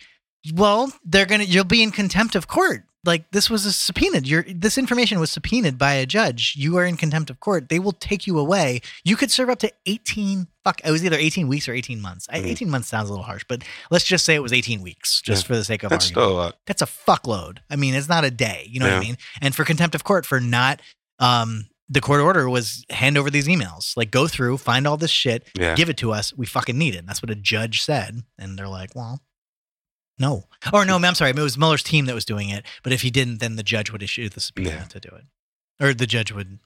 well they're going to you'll be in contempt of court like this was a subpoenaed. Your this information was subpoenaed by a judge. You are in contempt of court. They will take you away. You could serve up to eighteen. Fuck, it was either eighteen weeks or eighteen months. I,
Mm-hmm.
Mhm.
eighteen months sounds a little harsh, but let's just say it was eighteen weeks, just
Yeah.
for the sake of
That's
argument.
still uh,
That's a fuckload. I mean, it's not a day. You know what I
Yeah.
mean? And for contempt of court for not, um, the court order was hand over these emails. Like go through, find all this shit,
yeah.
give it to us. We fucking need it. And that's what a judge said. And they're like, well, no. Or no, I'm sorry. It was Mueller's team that was doing it. But if he didn't, then the judge would issue the subpoena
Yeah.
to do it. Or the judge would,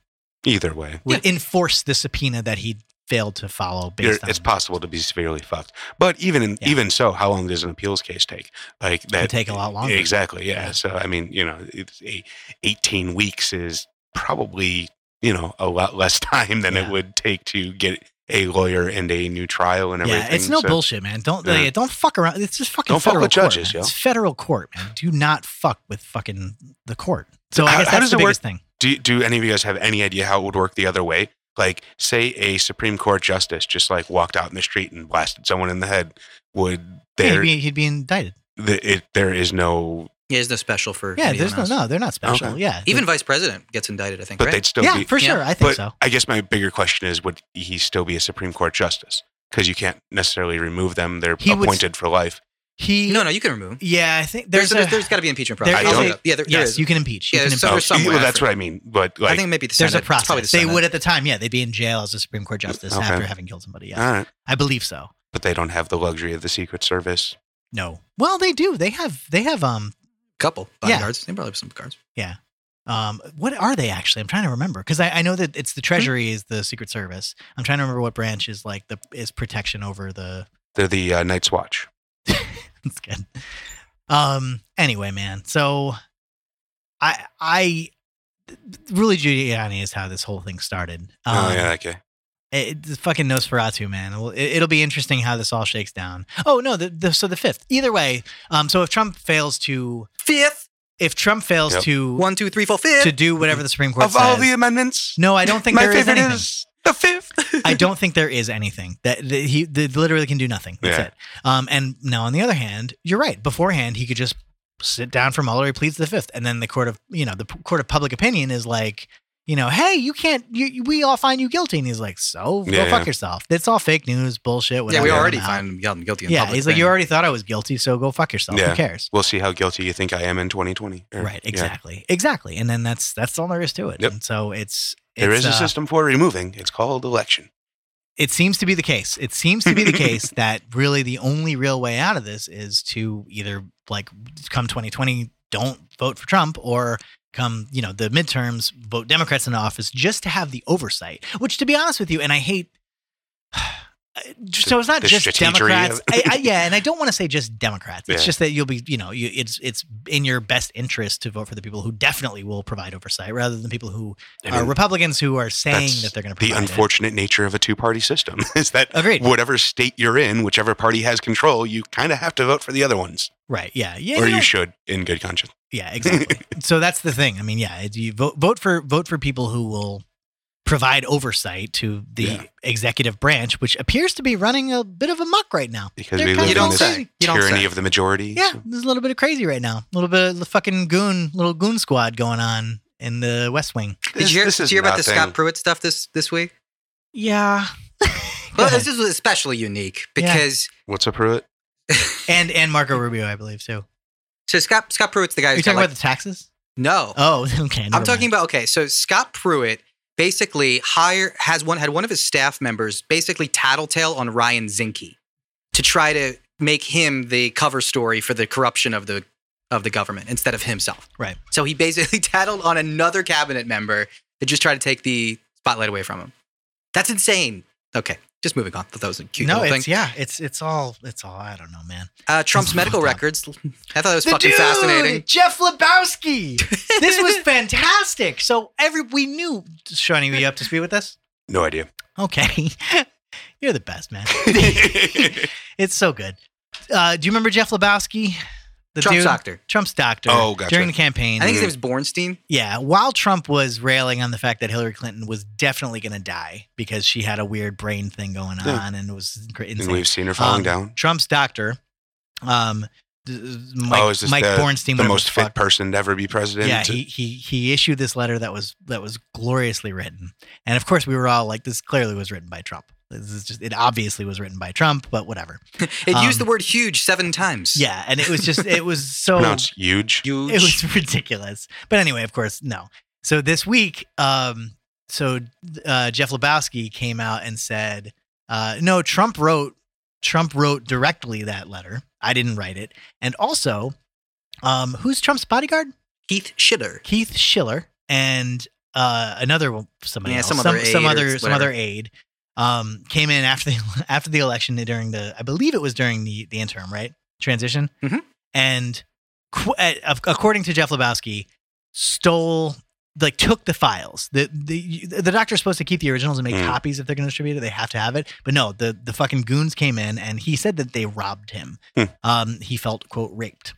Either way,
would enforce the subpoena that he failed to follow
You're-
based on.
it's possible to be severely fucked. But even in,
Yeah.
even so, how long does an appeals case take? Like that
take a lot longer.
Exactly. Yeah.
Yeah.
So I mean, you know, it's a, eighteen weeks is probably you know a lot less (laughs) time than
Yeah.
it would take to get a lawyer and a new trial and everything.
Yeah, it's no
So-
bullshit, man. Don't
Yeah.
like, don't fuck around. It's just fucking
Don't fuck
federal
with
court,
judges,
man.
yo.
It's federal court, man. Do not fuck with fucking the court. So I
How-
guess
how
that's
does
the
it work?
biggest thing.
Do do any of you guys have any idea how it would work the other way? Like, say a Supreme Court justice just like walked out in the street and blasted someone in the head. Would
Yeah, he'd,
there
be, he'd be indicted.
the, it, there is no
(laughs) Yeah, there's no special for.
Yeah,
anyone
there's no
else.
no. They're not special.
Okay.
Yeah,
Even vice president gets indicted, I think.
but
right?
they'd still
yeah,
be
for
Yeah.
sure. I think
But
so.
I guess my bigger question is would he still be a Supreme Court justice? Because you can't necessarily remove them. They're
He would-
appointed for life.
He
no, no, you can remove. him.
Yeah, I think
There's
there's,
there's,
a,
there's got to be impeachment
there
process.
is a-
I'll look it up. yeah, there, there
yes,
is.
you can impeach. You
Yeah,
can
there's
impeach.
some- there's some
Oh, well,
way
that's
for-
what I mean. But
I
like,
think maybe the
there's a
Senate. It's probably
process.
the
they
Senate.
would at the time. Yeah, they'd be in jail as a Supreme Court justice
Okay.
after having killed somebody. Yeah,
all right.
I believe so.
But they don't have the luxury of the Secret Service.
No. Well, they do. They have. They have. Um.
couple
Yeah.
bodyguards. They probably have some guards.
Um. What are they actually? I'm trying to remember because I, I know that it's
Hmm?
the Treasury is the Secret Service. I'm trying to remember what branch is like the is protection over the. (laughs)
They're the uh, Night's Watch.
That's good. Um. Anyway, man. So, I I really Giuliani is how this whole thing started. Um,
oh, yeah. Okay.
It, it's fucking Nosferatu, man. Well, It, it'll be interesting how this all shakes down. Oh no, the, the so the fifth. Either way, um, so if Trump fails to,
Fifth,
if Trump fails
Yep.
to
one, two, three, four, fifth.
to do whatever the Supreme Court
Of all
says-
the amendments,
no, I don't think
my
there is
favorite
anything.
is the
(laughs)
fifth.
I don't think there is anything that, that he that literally can do nothing. That's
Yeah.
it. Um, and now on the other hand, you're right. Beforehand, he could just sit down for Mueller. He pleads the fifth, and then the court of you know the p- court of public opinion is like, you know, hey, you can't. You, you- we all find you guilty, and he's like, so
Yeah,
go fuck
yeah.
yourself. That's all fake news, bullshit.
yeah,
Whatever.
we already
I'm out.
find him Yeldon guilty. In
Yeah,
public
he's like,
thing.
you already thought I was guilty, so go fuck yourself.
Yeah.
Who cares?
We'll see how guilty you think I am in 2020. Or-
Right.
yeah.
Exactly. Exactly. And then that's that's all there is to it.
Yep.
And so it's.
There
it's,
is a
uh,
system for removing. It's called election.
it seems to be the case. It seems to be the
(laughs)
case that really the only real way out of this is to either like come 2020, don't vote for Trump, or come, you know, the midterms, vote Democrats into office just to have the oversight, which to be honest with you, and I hate. (sighs) So it's not
The
just
strategery of-
Democrats. I, I, yeah, and I don't want to say just Democrats. It's
Yeah.
just that you'll be, you know, you, it's it's in your best interest to vote for the people who definitely will provide oversight, rather than people who
I
are
mean,
Republicans who are saying
that's
that they're going to
the
provide. it.
unfortunate nature of a two-party system (laughs) is that
Agreed.
whatever state you're in, whichever party has control, you kind of have to vote for the other ones,
Right. Yeah. Yeah.
or
yeah.
you should, in good conscience.
Yeah, exactly. so that's the thing. I mean, yeah, it- you vote vote for vote for people who will provide oversight to the
Yeah.
executive branch, which appears to be running a bit of a muck right now.
Because
They're
we
kind
live
of
in
all
this
crazy.
You don't
tyranny
say.
of the majority.
Yeah,
so-
there's a little bit of crazy right now. A little bit of the fucking goon, little goon squad going on in the West Wing.
Did you hear,
This- this
did
is
you hear about the
nothing.
Scott Pruitt stuff this this week?
Yeah.
Well, this is especially unique
Yeah.
because
What's a Pruitt?
and and Marco Rubio, I believe too.
so Scott Scott Pruitt's the guy
Are you
who's got
talking
like,
about the taxes?
no.
Oh, (laughs) okay.
I'm talking about okay. So Scott Pruitt basically hire has one had one of his staff members basically tattletale on Ryan Zinke to try to make him the cover story for the corruption of the of the government instead of himself.
Right.
So he basically (laughs) tattled on another cabinet member to just try to take the spotlight away from him. That's insane. Okay, just moving on. Thought that was a cute
No,
little
it's
thing.
yeah, it's it's all it's all I don't know, man.
Uh, Trump's
It's
medical
fucked up.
records. I thought that was
The
fucking
dude,
fascinating.
Jeff
(laughs)
Lebowski. this was fantastic. So every we knew. Shawnee, were you up to speed with this?
No
(laughs)
idea. (laughs)
Okay, you're the best, man. it's so good. Uh, do you remember Jeff Lebowski? The dude-
Trump's
Mm-hmm.
doctor.
Trump's doctor.
Oh, gotcha.
During the campaign,
I think his name is Bornstein.
yeah. While Trump was railing on the fact that Hillary Clinton was definitely going to die because she had a weird brain thing going
Yeah.
on and was cra-
and
insane.
we've seen her falling
Um,
down.
Trump's doctor um, Mike,
Oh, is this
Mike Bornstein,
the
whatever
most fit
fuck.
person to ever be president.
Yeah, he, he he issued this letter that was that was gloriously written, and of course we were all like, "This clearly was written by Trump. This is just it obviously was written by Trump." But whatever.
It used
Um,
the word huge seven times.
Yeah, and it was just it
(laughs)
was so
pronounced huge.
Huge.
it
(laughs)
was ridiculous. But anyway, of course, no. So this week, um, so uh, Jeff Lebowski came out and said, uh, "No, Trump wrote Trump wrote directly that letter. I didn't write it." And also, um, who's Trump's bodyguard?
Keith Schitter.
Keith Schiller and uh, another one- somebody
Yeah,
else,
some
some
other
some
aide or
other some other
whatever.
aide, um, came in after the (laughs) after the election during the I believe it was during the the interim right transition,
Mhm.
and qu- uh, ac- according to Jeff Lebowski, stole like took the files. The the the doctor's supposed to keep the originals and make
Mm.
copies if they're going to distribute it. They have to have it, but no, the the fucking goons came in and he said that they robbed him.
Hmm.
Um, he felt quote raped.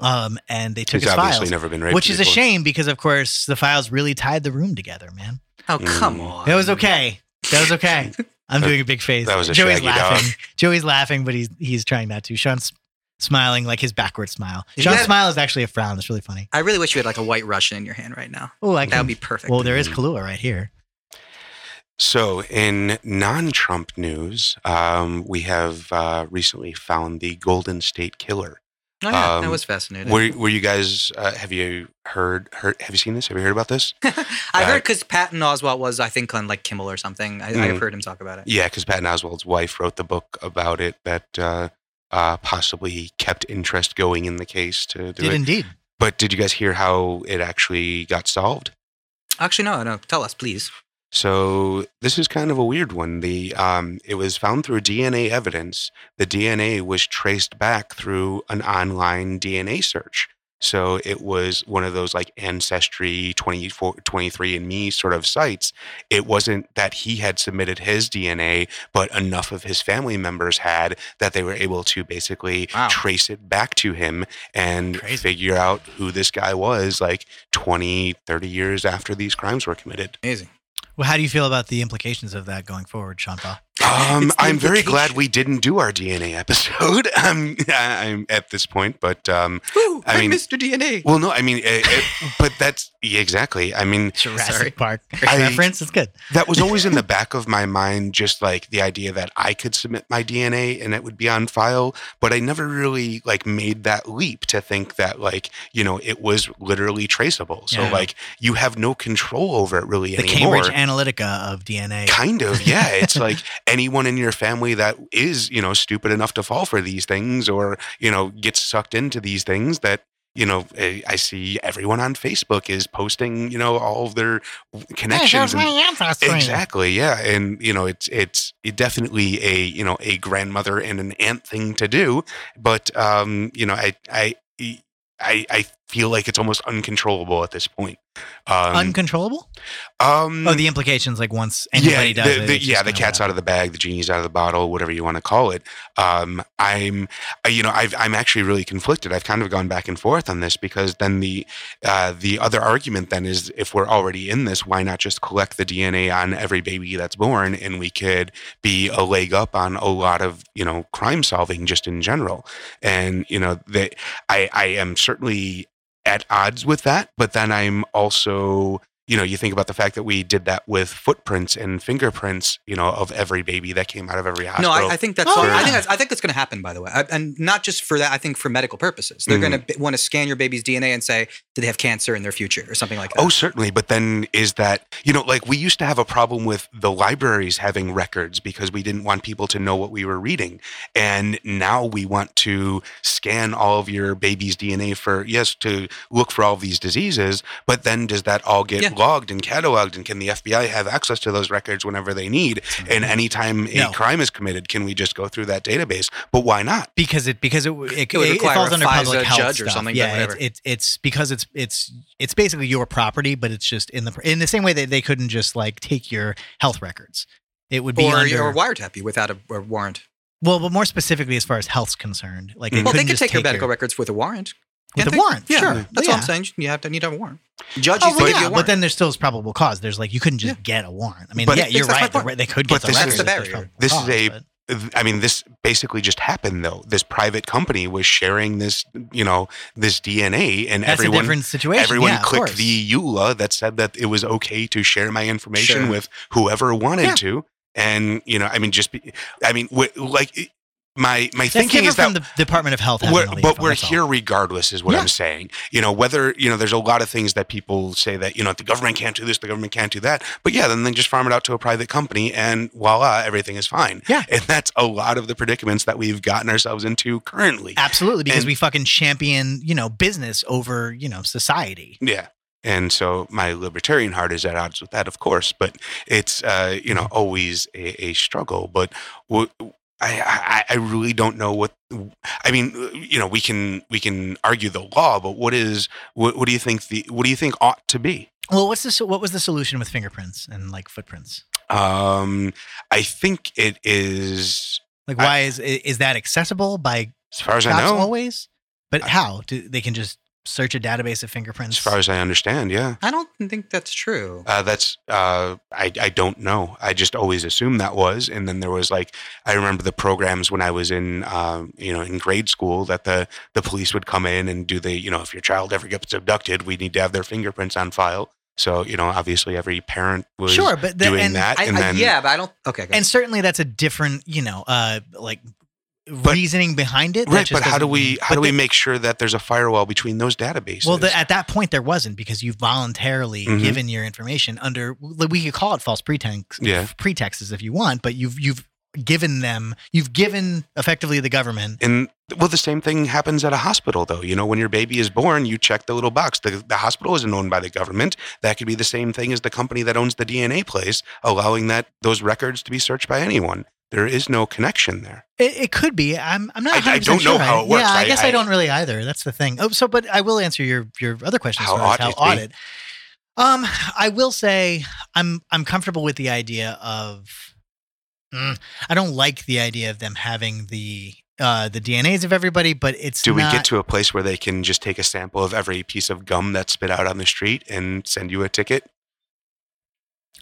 Um, and they took
He's
his
obviously
files
never been raped.
which is a
before.
shame because of course the files really tied the room together man
Oh,
Mm.
come on.
that was okay that was okay i'm
That-
doing a big face
that was a
joey's
shaggy
laughing joey's laughing but he's he's trying not to sean's smiling like his backward smile
Is
sean's
that-
smile is actually a frown it's really funny
I really wish you had like a white Russian in your hand right now.
oh i
That
can
would be perfect.
well there is Kahlua right here
So, in non Trump news, um, we have uh, recently found the Golden State Killer.
oh, yeah,
um,
that was fascinating.
Were, were you guys, uh, have you heard, heard, have you seen this? Have you heard about this?
(laughs) I
uh,
heard because Patton Oswalt was, I think, on like Kimmel or something. I, I've
Mm.
heard him talk about it.
Yeah, because Patton Oswald's wife wrote the book about it that uh, uh, possibly kept interest going in the case to do
did
it.
indeed
But did you guys hear how it actually got solved?
Actually, no, no. Tell us, please.
So this is kind of a weird one. The um, it was found through DNA evidence. The DNA was traced back through an online DNA search. So it was one of those like ancestry 24, 23 and me sort of sites. It wasn't that he had submitted his DNA, but enough of his family members had that they were able to basically
Wow.
trace it back to him and
Crazy.
figure out who this guy was like 20, 30 years after these crimes were committed.
Amazing.
well how do you feel about the implications of that going forward sean paul
Um,
It's the
I'm very glad
implication.
we didn't do our DNA episode. (laughs) Um, I- I'm at this point, but um,
Ooh,
I
I
mean-
Mr. DNA.
well, no, I mean, it, it, but that's yeah, exactly. I mean,
Jurassic
Sorry. (laughs)
Park
I-
reference it's good
that was always in the back of my mind, just like the idea that I could submit my DNA and it would be on file, but I never really like made that leap to think that like you know it was literally traceable. So
Yeah.
like you have no control over it really
the
anymore.
Cambridge Analytica of DNA
Kind of, yeah. It's like (laughs) anyone in your family that is, you know, stupid enough to fall for these things or, you know, gets sucked into these things that, you know, eh, I I see everyone on Facebook is posting, you know, all of their connections. and- exactly, yeah. And, you know, it's it's it definitely a, you know, a grandmother and an aunt thing to do. But um, you know, I I e, I, I feel like it's almost uncontrollable at this point. Um,
uncontrollable
um
oh the implications like once anybody does
yeah, the,
it
the-
it's
yeah,
just
the
kinda
cat's
whatever.
out of the bag, the genie's out of the bottle, whatever you want to call it. Um, I'm, I- you know, I've, I'm actually really conflicted. I've kind of gone back and forth on this because then the, uh, the other argument then is if we're already in this, why not just collect the DNA on every baby that's born, and we could be a leg up on a lot of you know crime solving just in general. And you know, that I, I am certainly at odds with that, but then I'm also you know, you think about the fact that we did that with footprints and fingerprints, you know, of every baby that came out of every
No,
hospital.
I, I think that's.
Oh,
I think
yeah.
that's, I think that's going to happen. By the way, I, and not just for that. I think for medical purposes, they're
Mhm.
going to want to scan your baby's DNA and say, "Do they have cancer in their future or something like that?"
Oh, certainly. But then is that, you know, like we used to have a problem with the libraries having records because we didn't want people to know what we were reading. And now we want to scan all of your baby's DNA for, yes, to look for all of these diseases. But then does that all get
Yeah.
logged and cataloged? And can the FBI have access to those records whenever they need? And anytime a
Mm-hmm. No.
crime is committed, can we just go through that database? But why not?
because it because it w- it,
It would
it, it
require
falls
a
under
FISA
public health
judge or
stuff.
something, but
Yeah,
whatever.
it's it's it's because it's it's it's basically your property, but it's just in the in the same way that they couldn't just like take your health records. It would be
or,
under,
or wiretap you without a, a warrant.
well, but more specifically as far as health's concerned, like they
Mhm.
Well, they
couldn't
could
just
take your
take
medical records with a warrant.
with
Can't
a
they?
warrant.
Yeah,
sure,
that's
yeah.
what I'm saying. You have to need to have a warrant. Judge
Oh,
used
well,
to give you
yeah,
a
but
warrant.
then there's still is probable cause. There's like you couldn't just get a warrant. I mean,
But-
yeah, you're
That's my
right.
point.
They- They could
But
get the
this
records.
is-
if there's
That's the
probable
barrier. This is
cause,
a-
but-
th- I mean, this basically just happened though. This private company was sharing this, you know, this DNA, and
That's a
everyone
different situation.
everyone
Yeah, of
clicked
course.
the EULA that said that it was okay to share my information
Sure.
with whoever wanted
Yeah.
to. And you know, I mean, just be, I mean, wh- like it- my my
That's
thinking
different
is that
from the Department of Health. having
we're,
all the
but
info,
we're
that's all.
here regardless, is what
Yeah.
I'm saying. You know, whether you know, there's a lot of things that people say that you know the government can't do this, the government can't do that. But yeah, then then just farm it out to a private company, and voila, everything is fine.
Yeah.
and that's a lot of the predicaments that we've gotten ourselves into currently.
Absolutely, because
And-
we fucking champion, you know, business over, you know, society.
Yeah. And so my libertarian heart is at odds with that, of course, but it's uh, you know always a, a struggle. But w- I, I I really don't know what I mean. uh, You know, we can we can argue the law, but what is what, what do you think the what do you think ought to be?
Well, what's this? What was the solution with fingerprints and like footprints?
Um, I think it is
Like,
I-
why is is that accessible by
as far as I
cops
know,
always? But
I-
how do they can just search a database of fingerprints?
as far as I understand, yeah.
I don't think that's true.
Uh, that's uh, I I don't know. I just always assumed that was, and then there was like I remember the programs when I was in um, you know in grade school that the the police would come in and do the you know if your child ever gets abducted, we need to have their fingerprints on file. So you know obviously every parent was
sure, but the,
doing
and,
that,
I,
and
I-
then
yeah, but I don't. Okay, go
and certainly that's a different, you know, uh, like reasoning behind it. that
right.
just
But how
doesn't-
do we how
but
do we
the-
make sure that there's a firewall between those databases?
Well, the, at that point, there wasn't because you voluntarily
Mhm.
given your information under. We could call it false pretense,
Yeah.
pretexts if you want, but you've you've given them, you've given effectively the government.
And well, the same thing happens at a hospital, though. You know, when your baby is born, you check the little box. The, the hospital isn't owned by the government. That could be the same thing as the company that owns the DNA place, allowing that those records to be searched by anyone. There is no connection there.
It, it could be. I'm I'm not.
I- I
100%
don't know
sure.
how it works.
Yeah, I,
I-
guess I,
I-
don't really either. That's the thing. Oh, so but I will answer your your other question.
How
as far as
ought
how
it be?
audit. Um, I will say I'm I'm comfortable with the idea of. Mm, I don't like the idea of them having the uh the DNAs of everybody, but it's
Do
not-
we get to a place where they can just take a sample of every piece of gum that's spit out on the street and send you a ticket?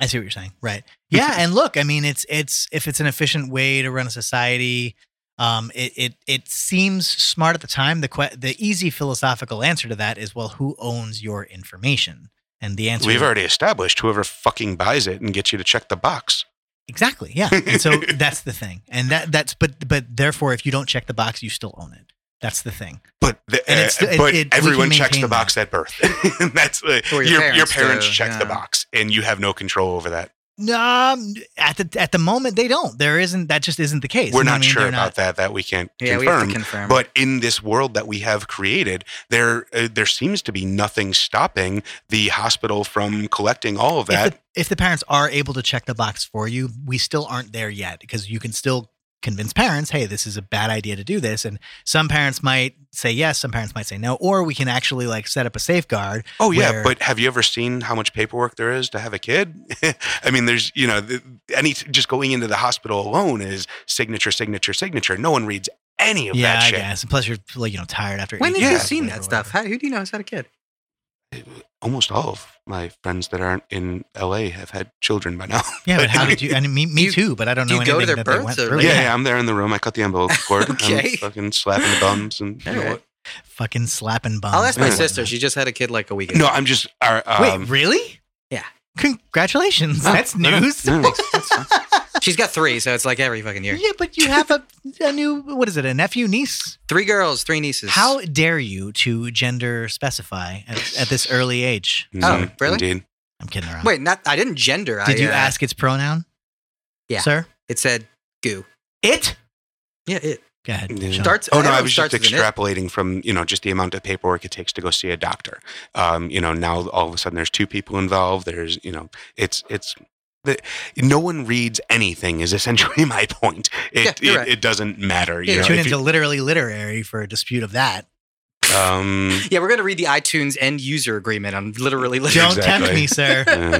I see what you're saying. Right. (laughs) Yeah. and look, I mean, it's it's if it's an efficient way to run a society, um, it it it seems smart at the time. The que- the easy philosophical answer to that is, well, who owns your information? And the answer
We've already established whoever fucking buys it and gets you to check the box.
exactly yeah. And
(laughs)
so that's the thing, and that that's but but therefore, if you don't check the box, you still own it. That's the thing.
But the,
And it's-
uh,
it- it-
but
we can
everyone checks the
maintain
box at birth.
(laughs)
(laughs) And that's uh,
Or your
your, your parents,
parents do,
check
yeah.
the box, and you have no control over that.
Um, at the at the moment, they don't. There isn't that just isn't the case.
We're
You know what
not
I mean?
sure
They're
about
not-
that. That we can't
yeah, we have
confirm.
to confirm.
but in this world that we have created, there uh, there seems to be nothing stopping the hospital from collecting all of that.
If the, if the parents are able to check the box for you, we still aren't there yet because you can still convince parents, hey, this is a bad idea to do this. And some parents might say yes, some parents might say no, or we can actually like set up a safeguard.
oh yeah,
where-
but have you ever seen how much paperwork there is to have a kid? (laughs) I mean, there's you know, the, any just going into the hospital alone is signature, signature, signature. No one reads any of
yeah,
that
I
shit.
guess. And plus, you're like, you know, tired after.
when
eight
have you
years
seen
or
that
whatever.
stuff? How, who do you know has had a kid?
Almost all of my friends that aren't in LA have had children by now. (laughs)
Yeah, but
(laughs)
how did you? I mean, me, me
You-
too. But I don't
do
know
you go
anything
to their
that they went
births or-
through.
Yeah.
Yeah, yeah, I'm there in the room. I cut the umbilical cord.
(laughs) Okay.
I'm fucking slapping the bums and you know
Alright.
what?
(laughs)
fucking slapping bum.
I'll ask my
Yeah.
sister. She just had a kid like a week ago.
No, I'm just. Uh, Mm. um,
Wait, really?
Yeah.
Congratulations. That's news.
no,
(laughs) Oh,
no.
she's got three, so it's like every fucking year.
Yeah, but you have a, a new what is it? A nephew, niece?
Three girls, three nieces.
How dare you to gender specify at, at
(sighs)
this early age?
Mhm,
really?
Indeed.
I'm kidding around.
Wait, not I didn't gender.
did
I,
you
uh,
ask its pronoun?
Yeah.
sir.
It said goo.
It.
Yeah, it
Go ahead.
Yeah.
Sean.
starts.
Oh no, I
everyone
was just
starts with an it.
extrapolating from you know just the amount of paperwork it takes to go see a doctor. Um, you know now all of a sudden there's two people involved. There's you know it's it's. The, no one reads anything is essentially (laughs) my point.
Yeah,
It
you're
it,
right.
it doesn't matter. You
Yeah,
know,
Tune
if
into literally literary for a dispute of
(laughs)
that.
you- um,
Yeah, we're gonna read the iTunes end user agreement. I'm literally
Don't
literally.
Exactly.
tempt me, sir.
uh,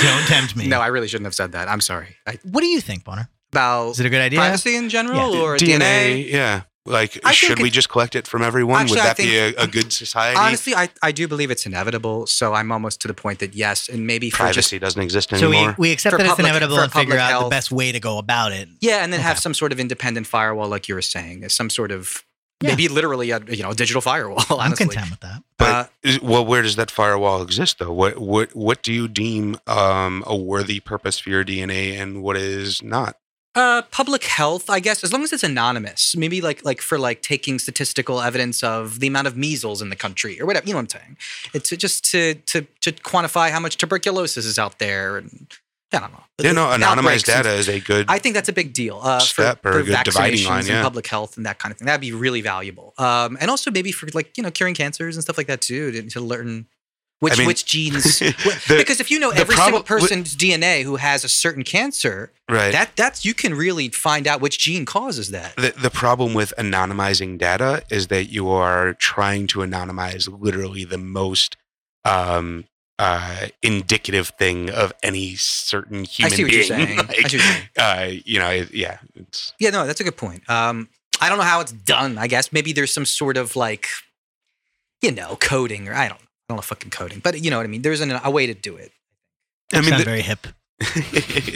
Don't tempt me.
(laughs) No, I really shouldn't have said that. I'm sorry. I,
what do you think, Bonner?
about
Is it a good idea?
privacy in general
Yeah.
or DNA.
DNA. Yeah. Like,
I
should
think-
we just collect it from everyone?
Actually,
Would
I
that be a,
think-
a good society?
Honestly, I, I do believe it's inevitable. So I'm almost to the point that yes, and maybe for just
Privacy doesn't exist
So we,
anymore.
we accept
For
that it's
public-
inevitable
for
and figure
public
out the
health.
best way to go about it.
Yeah, and then have
Okay.
some sort of independent firewall, like you were saying, uh, some sort of
Yeah.
maybe literally a you know a digital firewall. (laughs)
I'm
Honestly,
content with that.
But
Uh,
is- well, where does that firewall exist, though? What what what do you deem um, a worthy purpose for your DNA, and what is not?
uh, public health, I guess, as long as it's anonymous. Maybe like like for like taking statistical evidence of the amount of measles in the country or whatever. You know what I'm saying? It's just to to to quantify how much tuberculosis is out there, and I don't know.
You know,
Outbreaks
anonymized
and-
data is a good.
I think that's a big deal uh,
Step
for,
or
for
a good dividing
vaccinations
line,
and
yeah.
public health and that kind of thing. That'd be really valuable, um, and also maybe for like you know curing cancers and stuff like that too, to, to learn which
I mean,
which
(laughs)
genes.
The-
because if you know
the
every single
prob-
person's DNA who has a certain cancer,
right.
that that's you can really find out which gene causes that.
the, the problem with anonymizing data is that you are trying to anonymize literally the most um, uh, indicative thing of any certain human
I see what
being.
you're saying. I
Like,
see what you're saying.
uh, you know, it- yeah, it's
Yeah, no, that's a good point. Um, I don't know how it's done. I guess maybe there's some sort of like, you know, coding or I don't, I don't know fucking coding, but you know what I mean. There's an, a way to do it.
I mean,
Sound
the-
very hip.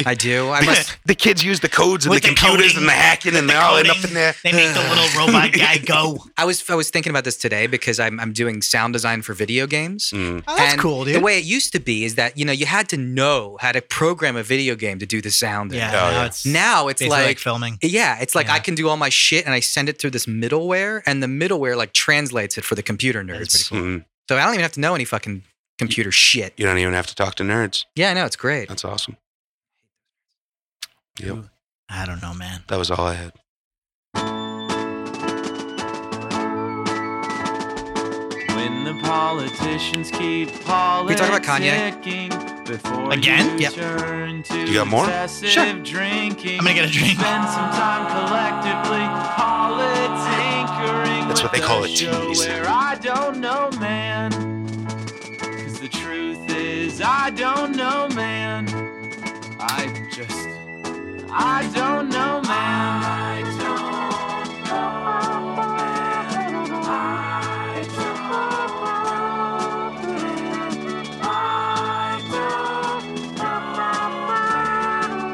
I do.
(laughs)
I
the,
must.
the kids use the codes and the,
With the
computers
coding,
and the hacking, and
the
they're all in up
coding,
in there.
They make the
(laughs)
little robot guy go.
I was I was thinking about this today because I'm I'm doing sound design for video games.
Mm.
Oh, that's
And
cool, dude.
The way it used to be is that you know you had to know how to program a video game to do the sound. in.
yeah,
Oh,
now
yeah.
it's
Now it's
basically like,
like,
filming.
yeah, it's like
Yeah.
I can do all my shit and I send it through this middleware and the middleware like translates it for the computer
That is
nerds.
pretty
Mm.
So I don't even have to know any fucking computer shit.
You don't even have to talk to nerds.
Yeah, I know it's great.
That's awesome. Yep,
I don't know, man.
that was all I had.
When the politicians keep politicking
we talk about
Before
Again?
You,
Yep.
turn to
You got more?
excessive
Sure.
Drinking.
I'm gonna get a drink.
Spend some time collectively politinkering.
That's
with
what they call
the
a
show
tease.
Where I don't know, man. 'Cause the truth is, I don't know, man. I just. I don't know, man. I don't know, man. I don't know, man. I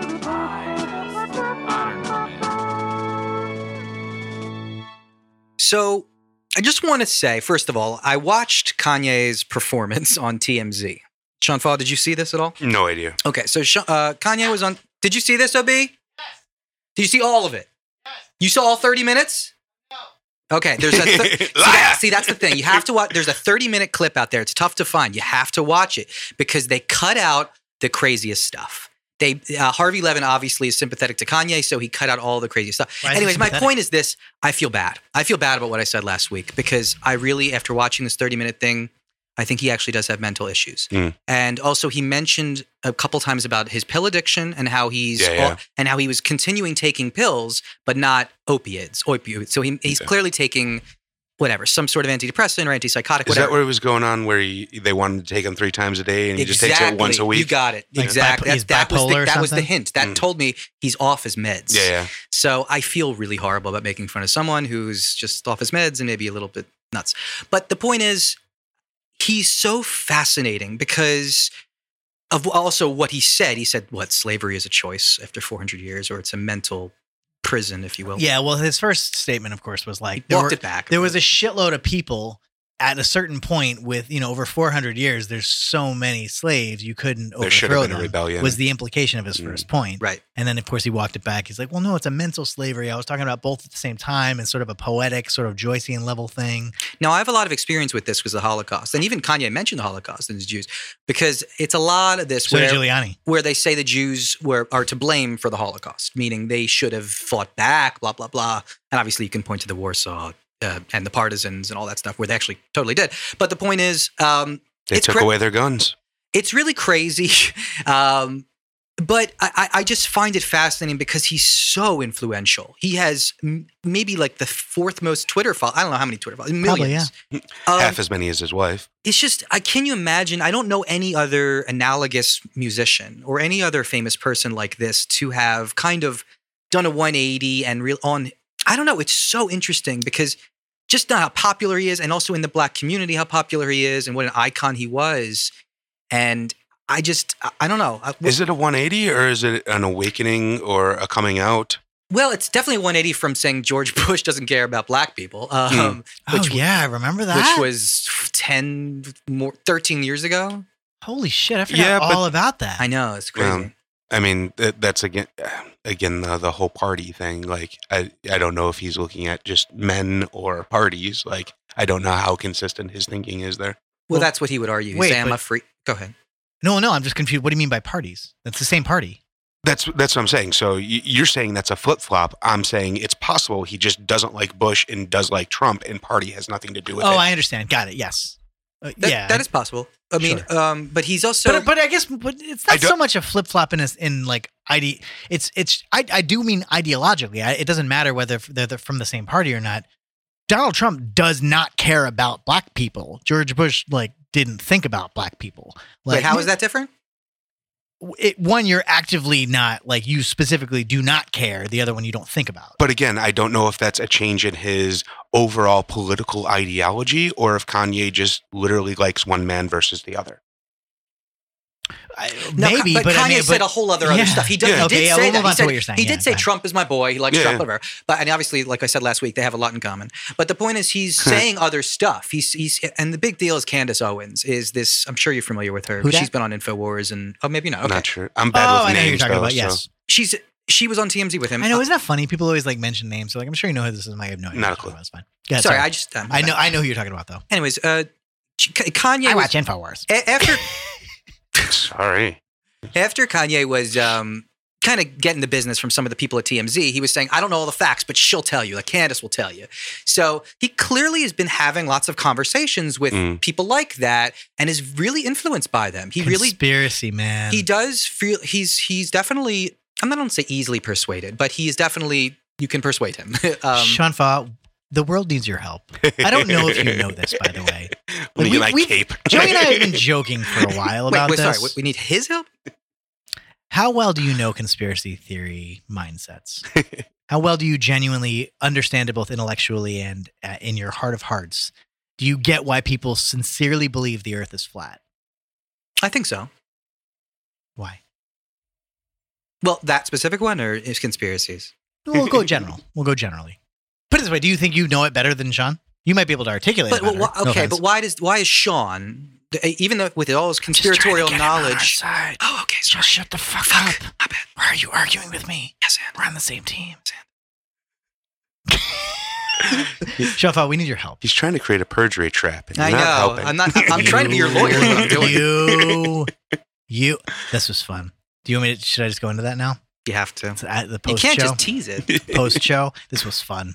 don't know, man. I just- I don't know, man.
So I just want to say, first of all, I watched Kanye's performance on TMZ. Sean Fall, did you see this at all?
No idea.
Okay, so Sha- uh, Kanye was on. Did you see this, OB? Yes. Did you see all of it? Yes. You saw all 30 minutes? No. Okay, there's a.
(laughs)
Thir- see, that- see, that's the thing. You have to watch. There's a 30 minute clip out there. It's tough to find. You have to watch it because they cut out the craziest stuff. They uh, Harvey Levin obviously is sympathetic to Kanye, so he cut out all the craziest stuff.
Why is he
Anyways, my
sympathetic?
point is this: I feel bad. I feel bad about what I said last week because I really, after watching this 30 minute thing, I think he actually does have mental issues.
Mm.
And also, he mentioned a couple times about his pill addiction and how he's
Yeah, yeah.
and how he was continuing taking pills, but not opiates, opioids. So he, he's
Yeah.
clearly taking whatever, some sort of antidepressant or antipsychotic.
Is
whatever.
that what was going on? Where he, they wanted to take him three times a day, and he just takes it once a
Exactly.
week.
You got it.
Like
exactly.
bipo- he's
that that was
bipolar
the,
or
that was the
something?
hint. That
Mm.
told me he's off his meds.
yeah, yeah.
So I feel really horrible about making fun of someone who's just off his meds and maybe a little bit nuts. But the point is, he's so fascinating because of also what he said. He said, what slavery is a choice after 400 years, or it's a mental prison, if you will.
Yeah, well, his first statement, of course, was
Oh. He
like there,
walked
were,
it back.
there was a shitload of people at a certain point with you know over 400 years. There's so many slaves you couldn't
There should have
overthrow
been a
them.
rebellion. Mm.
Was the implication of his first point,
Right.
And then of course he walked it back. He's like, well, no, it's a mental slavery. I was talking about both at the same time and sort of a poetic, sort of Joycean level thing.
Now, I have a lot of experience with this because the Holocaust, and even Kanye mentioned the Holocaust and the Jews, because it's a lot of this
So did
where
Giuliani.
where they say the Jews were are to blame for the Holocaust, meaning they should have fought back, blah blah blah. And obviously, you can point to the Warsaw uh, and the partisans and all that stuff where they actually totally did. But the point is, um,
they
it's
took
cra-
away their guns.
it's really crazy. (laughs) um, but I, I I just find it fascinating because he's so influential. He has m- maybe like the fourth most Twitter follow. I don't know how many Twitter followers, millions. Um,
half as many as his wife.
it's just I can you imagine I don't know any other analogous musician or any other famous person like this to have kind of done a 180 and real on I don't know. It's so interesting because just not how popular he is, and also in the black community, how popular he is, and what an icon he was. And I just, I- I don't know. I-
Is it a 180 or is it an awakening or a coming out?
Well, it's definitely 180 from saying George (laughs) Bush doesn't care about black people,
Hmm.
um,
Oh
Which-
yeah, I remember that.
which was 10, more, 13 years ago.
Holy shit, I forgot
Yeah, but-
all about that.
I know it's crazy.
Um, I mean, that, that's again, again the the whole party thing. Like, I I don't know if he's looking at just men or parties. Like, I don't know how consistent his thinking is there.
well,
well,
that's what he would argue. He's
wait,
saying, I'm
but-
a free. Go ahead.
No, no, I'm just confused. What do you mean by parties? That's the same party.
That's that's what I'm saying. So y- you're saying that's a flip flop. I'm saying it's possible he just doesn't like Bush and does like Trump, and party has nothing to do with
oh,
it.
I understand. Got it. Yes. Uh,
That,
yeah.
that is possible. I mean, um, but he's also.
but, but I guess but it's
I
not
don't-
so much a flip flop in a, in like ide. It's it's I, I do mean ideologically. I, it doesn't matter whether f- they're they're from the same party or not. Donald Trump does not care about black people. George Bush like didn't think about black people.
wait,
Like
how is that different?
It, one, you're actively not like you specifically do not care. The other one, you don't think about.
But again, I don't know if that's a change in his overall political ideology or if Kanye just literally likes one man versus the other.
I-
No,
maybe,
Ka- but,
but,
Kanye
I mean,
said
but-
a whole other other
Yeah.
stuff. He, did, he
Yeah.
did
Okay, yeah,
say
we'll
that.
move
He,
on to
said,
what you're saying.
he did
Yeah,
say
go ahead.
Trump is my boy. He likes
Yeah,
Trump,
yeah.
whatever. But and obviously, like I said last week, they have a lot in common. But the point is, he's saying other stuff. He's he's and the big deal is Candace Owens is this. I'm sure you're familiar with her.
Who dat?
She's been on Infowars and oh maybe not. Okay,
Not sure. I'm bad
oh, I
with
know
names.
who you're talking
though,
about.
so-
Yes,
she's she was on TMZ with him.
I know.
Uh,
Isn't that funny? People always like mention names. So like, I'm sure you know who this is. and I have no idea.
Not a
what
clue.
It's fine. Yeah,
sorry,
sorry.
I just um,
I know. I know who you're talking about though.
Anyways, uh, she- Ka- Kanye
I
was,
watch Infowars.
a- after
(laughs) Sorry.
after Kanye was um, kind of getting the business from some of the people at TMZ, he was saying, I don't know all the facts, but she'll tell you. Like Candace will tell you. So he clearly has been having lots of conversations with
Mm.
people like that and is really influenced by them. He really
conspiracy man.
he does feel he's he's definitely I'm not gonna say easily persuaded, but he is definitely you can persuade him. (laughs) um,
Sean Fa, the world needs your help. I don't know if you
(laughs)
know this, by the
(laughs)
way.
Let me
We-
get my
we-
cape.
Joey and I
(laughs)
have been joking for a while
wait,
about
wait,
this.
sorry, we- we need his help?
How well do you know conspiracy theory
(laughs)
mindsets? How well do you genuinely understand it both intellectually and uh, in your heart of hearts? Do you get why people sincerely believe the earth is flat?
I think so.
Why?
Well, that specific one or is conspiracies?
We'll go
(laughs)
general. We'll go generally. Put it this way: Do you think you know it better than Sean? You might be able to articulate
But
it better.
wh-
No
okay,
offense.
but why does why is Sean even though with all his conspiratorial knowledge? Oh, okay. Sorry.
Just shut the fuck, up.
My bad.
Why are you arguing with me?
Yes, and
We're on the same team. (laughs) Shafa, we need your help.
He's trying to create a perjury trap. And
I
you're
know.
not Helping.
I'm not.
(laughs)
I'm trying to be your lawyer. Is what I'm doing.
You,
(laughs)
you. This was fun. Do you want me to? Should I just go into that now?
You have to.
It's at the
You
post
can't
show.
just tease it.
post show. This was fun.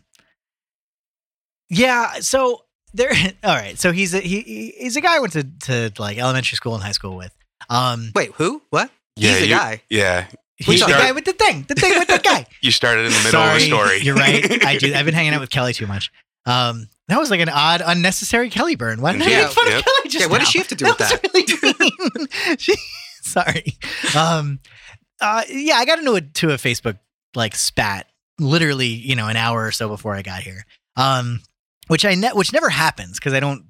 Yeah. So there. (laughs) All right. So he's a he- he. He's a guy I went to to like elementary school and high school with. Um,
Wait, who? What?
yeah,
He's the
you,
guy.
Yeah.
he's the
sorry.
guy with the thing. The thing with
(laughs)
the guy.
You started in the middle of a story.
You're right. I do. I've
(laughs)
been hanging out with Kelly too much. Um, that was like an odd, unnecessary Kelly burn. Why did I
Yeah,
make fun
yep.
of Kelly just
Yeah. What
now? (laughs)
does she have to do with
That was
that?
really mean. (laughs) she, sorry. Um, uh, yeah, I got into a to a Facebook like spat literally, you know, an hour or so before I got here. Um, which I ne- which never happens because I don't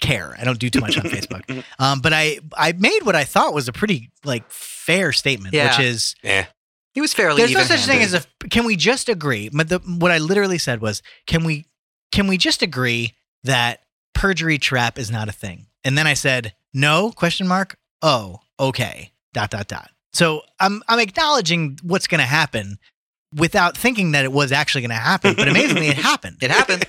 care. I don't do too much on
(laughs)
Facebook. Um, but I I made what I thought was a pretty like fair statement,
Yeah.
which is
Yeah.
He was fairly.
there's no such thing
even-handed.
as a. Can we just agree? But the, what I literally said was, can we can we just agree that perjury trap is not a thing? And then I said, no? Question mark. Oh, okay. Dot dot dot. So I'm I'm acknowledging what's going to happen without thinking that it was actually going to happen. But amazingly,
(laughs)
it happened. (laughs)
It happened.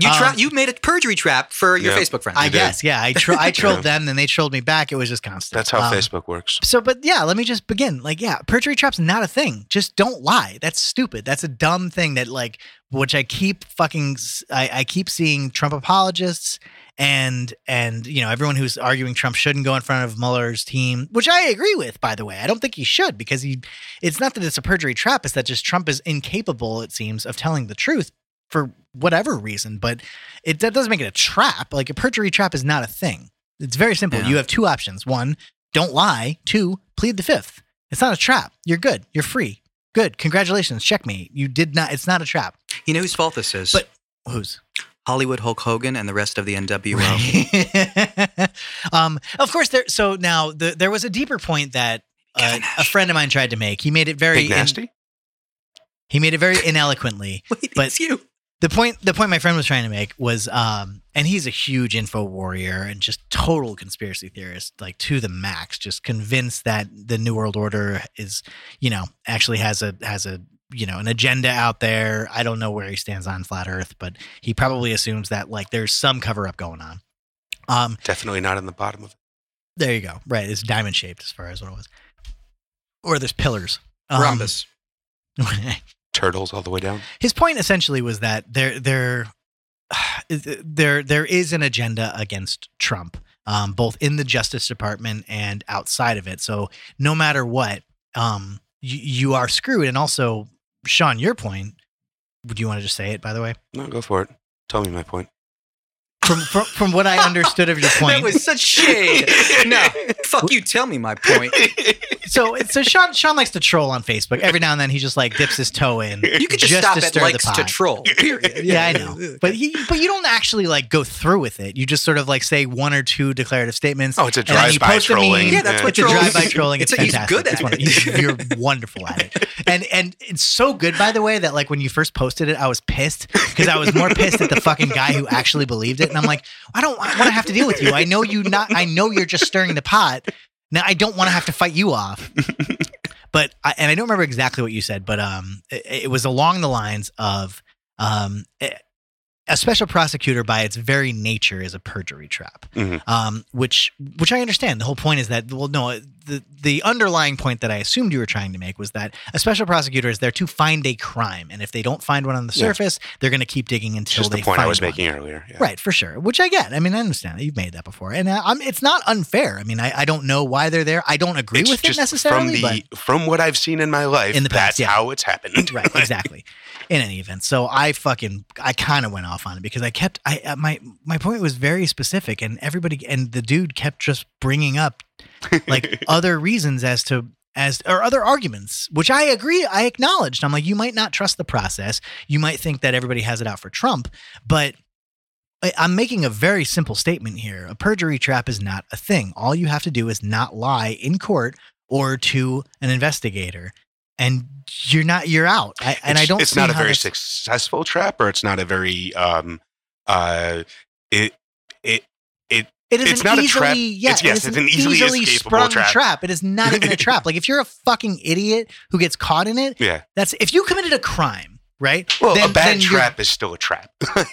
You
Um,
tra- You made a perjury trap for your
Yeah.
Facebook friends.
I
did.
guess. Yeah. I tro-
(laughs)
I
Yeah.
trolled them, then they trolled me back. It was just constant.
That's how
Um,
Facebook works.
So, but yeah, let me just begin. Like, yeah, perjury trap's not a thing. Just don't lie. That's stupid. That's a dumb thing that, like, which I keep fucking, s- I, I keep seeing Trump apologists and, and, you know, everyone who's arguing Trump shouldn't go in front of Mueller's team, which I agree with, by the way. I don't think he should because he, it's not that it's a perjury trap. It's that just Trump is incapable, it seems, of telling the truth for whatever reason. But it, that doesn't make it a trap. Like, a perjury trap is not a thing. It's very simple.
Yeah.
You have two options. One, don't lie. Two, plead the fifth. It's not a trap. You're good. You're free. Good. Congratulations. Checkmate. You did not. It's not a trap.
You know whose fault this is?
But- (laughs) Who's?
Hollywood Hulk Hogan and the rest of the NWO.
Right. um, of course, there. So now the, there was a deeper point that uh,
Kevin
a friend of mine tried to make. He made it very
Big
in-
nasty.
he made it very ineloquently.
(laughs) Wait,
But-
it's you.
The point the point my friend was trying to make was um and he's a huge info warrior and just total conspiracy theorist like to the max just convinced that the new world order is you know actually has a has a you know an agenda out there. I don't know where he stands on flat earth, but he probably assumes that like there's some cover up going on. Um
Definitely not in the bottom of it.
there you go. Right, it's diamond shaped as far as what it was. Or there's pillars. Um,
Rhombus.
(laughs)
Turtles all the way down.
his point essentially was that there there (sighs) there there is an agenda against Trump, um, both in the Justice Department and outside of it. So no matter what, um, you, you are screwed. And also, Sean, your point. Would you want to just say it? By the way,
No, go for it. Tell me my point.
from from, from what I understood of your
(laughs) That
point,
was such shade.
(laughs)
no,
(laughs)
fuck you. Tell me my point.
so so Sean Sean likes to troll on Facebook every now and then. He just like dips his toe in.
You could just,
Just
stop
to
at
stir the
likes to
pot.
troll. Period.
Yeah,
(laughs)
I know. But you, but you don't actually like go through with it. You just sort of like say one or two declarative statements.
(laughs) Oh, it's a
And then you
drive-by
post a meme.
trolling.
Yeah, that's what
it's a
trolling-
drive-by trolling. It's,
It's like he's
fantastic.
good at
It's wonderful.
it.
You- You're wonderful at it, and and it's so good. By the way, that like when you first posted it, I was pissed because I was more pissed at the fucking guy who actually believed it, and I'm like, I don't want to have to deal with you. I know you not. I know you're just stirring the pot. Now I don't want to have to fight you off. But I, and I don't remember exactly what you said, but um, it, it was along the lines of um, eh, a special prosecutor by its very nature is a perjury trap
Mhm.
um, which which I understand. The whole point is that well, no, the the underlying point that I assumed you were trying to make was that a special prosecutor is there to find a crime, and if they don't find one on the
Yeah.
surface, they're going to keep digging
(laughs) It's
until
just
they
the point I
find
was
one.
making earlier. Yeah.
Right, for sure. Which I get. I mean, I understand that you've made that before, and uh, I'm, it's not unfair. I mean, I, I don't know why they're there. I don't agree
It's
with it
just
necessarily,
from the from what I've seen in my life.
In the past,
that's
yeah.
how it's happened.
but (laughs) right, exactly. In any event, so I fucking I kind of went off on it because I kept I uh, my my point was very specific, and everybody and the dude kept just bringing up like other reasons as to as or other arguments, which I agree, I acknowledged. I'm like, you might not trust the process. You might think that everybody has it out for Trump, but I- I'm making a very simple statement here. A perjury trap is not a thing. All you have to do is not lie in court or to an investigator, and you're not you're out. I, and I
It's-
don't.
It's
see
not a
how
very
that's-
successful trap, or it's not a very um, uh, it it
It is
It's
an
not a
easily,
trap.
Yeah,
It's-
it
yes,
is
it's an easily escapable
sprung
trap.
It is not
(laughs)
even a trap. Like if you're a fucking idiot who gets caught in it,
yeah.
That's if you committed a crime, right?
Well,
Then-
a bad
then you're-
trap is still a trap. (laughs)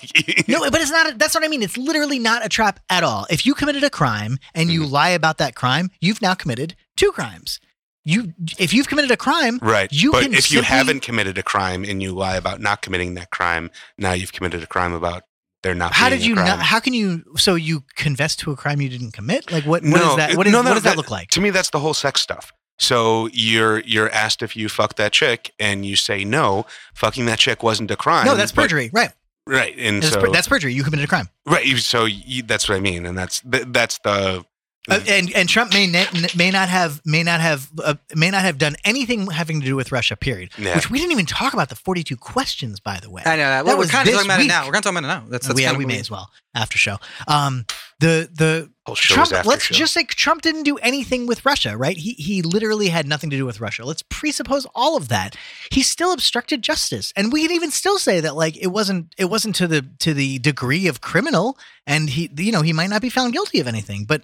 No, but it's not. A, that's what I mean. It's literally not a trap at all. If you committed a crime and
Mm-hmm.
you lie about that crime, you've now committed two crimes. You, if you've committed a crime,
Right.
You
but
can
if you
simply-
haven't committed a crime and you lie about not committing that crime, now you've committed a crime about there not.
how
being
did
a
you not?
crime.
How can you? So you confess to a crime you didn't commit? Like what? What
No,
is that?
it-
What, is,
no,
what
no,
does that,
that-
look like?
To me, that's the whole sex stuff. So you're you're asked if you fucked that chick, and you say no. Fucking that chick wasn't a crime.
No, that's
but-
perjury, right?
right, and
That's,
so
per- that's perjury. You committed a crime,
right. you- So you, that's what I mean, and that's th- that's the
Uh, and and Trump may na- may not have may not have uh, may not have done anything having to do with Russia. Period.
yeah.
Which we didn't even talk about the forty two questions, by the way.
I know. That.
That
Well, we're
was
kind of
this
talking about
week.
it now. We're going to talk about it now. That's, that's
we, yeah,
kind of
we may as well after show. Um, the the
whole show
Trump.
is after
Let's
show.
just say Trump didn't do anything with Russia, right? He he literally had nothing to do with Russia. Let's presuppose all of that. He still obstructed justice, and we can even still say that like it wasn't it wasn't to the to the degree of criminal, and he you know he might not be found guilty of anything, but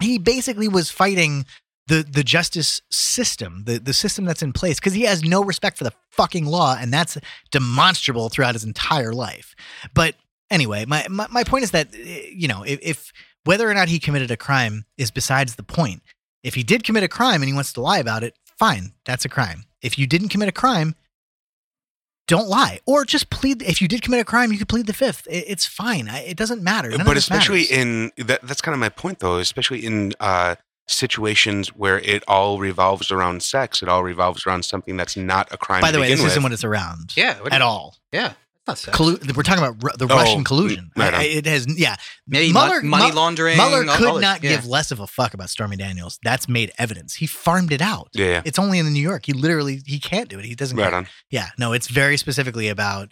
he basically was fighting. The, the justice system, the, the system that's in place, because he has no respect for the fucking law, and that's demonstrable throughout his entire life. But anyway, my, my, my point is that, eh, you know, if, if whether or not he committed a crime is besides the point. If he did commit a crime and he wants to lie about it, fine, that's a crime. If you didn't commit a crime, don't lie or just plead. If you did commit a crime, you could plead the fifth. It, it's fine. I, it doesn't matter. None of
Uh, but
this
especially
matters.
in that, that's kind of my point though especially in uh, situations where it all revolves around sex it all revolves around something that's not a crime
By
to
the way, this
begin
isn't
with.
what it's around
Yeah. What
at all.
Yeah. That's not sex.
Collu- we're talking about Ru- the
Oh,
Russian collusion.
right
I-
on.
I- it has, yeah.
Maybe
Mueller-
mon- money
Mu-
laundering.
Mueller
all- all
could
this-
not
yeah.
give less of a fuck about Stormy Daniels. That's made evidence. He farmed it out.
yeah, yeah.
(laughs) It's only in New York. He literally he can't do it. He doesn't.
right
care.
on
Yeah, no, it's very specifically about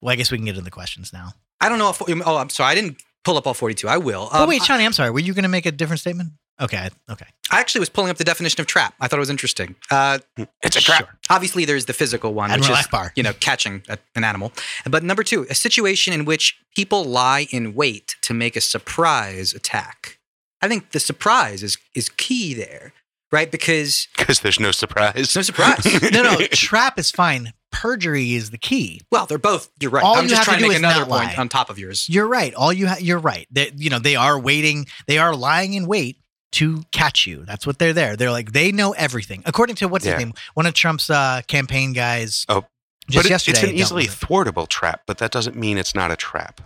Well, I guess we can get into the questions now.
I don't know if. Oh, I'm sorry. I didn't pull up all 42. I will.
Oh
Um,
wait, Johnny, I'm sorry. Were you going to make a different statement? Okay, I- okay.
I actually was pulling up the definition of trap. I thought it was interesting. Uh,
It's a trap.
Sure.
obviously, there's the physical one, which
Admiral
is
Akbar.
you know catching a, an animal. But number two, a situation in which people lie in wait to make a surprise attack. I think the surprise is is key there, right? Because
Because there's no surprise.
it's no
(laughs)
surprise.
no, no, trap is fine. Perjury is the key.
(laughs) well, they're both. You're right.
All
I'm
you
just
have to
trying to
do
make
is
another
not
point
lie.
on top of yours.
You're right. All you ha- you're right. They, you know, they are waiting. They are lying in wait to catch you. That's what they're there. They're like they know everything. According to what's
Yeah.
his name, one of Trump's uh, campaign guys.
Oh.
just
but it-
yesterday.
it's an
dealt
easily
with it.
thwartable trap, but that doesn't mean it's not a trap.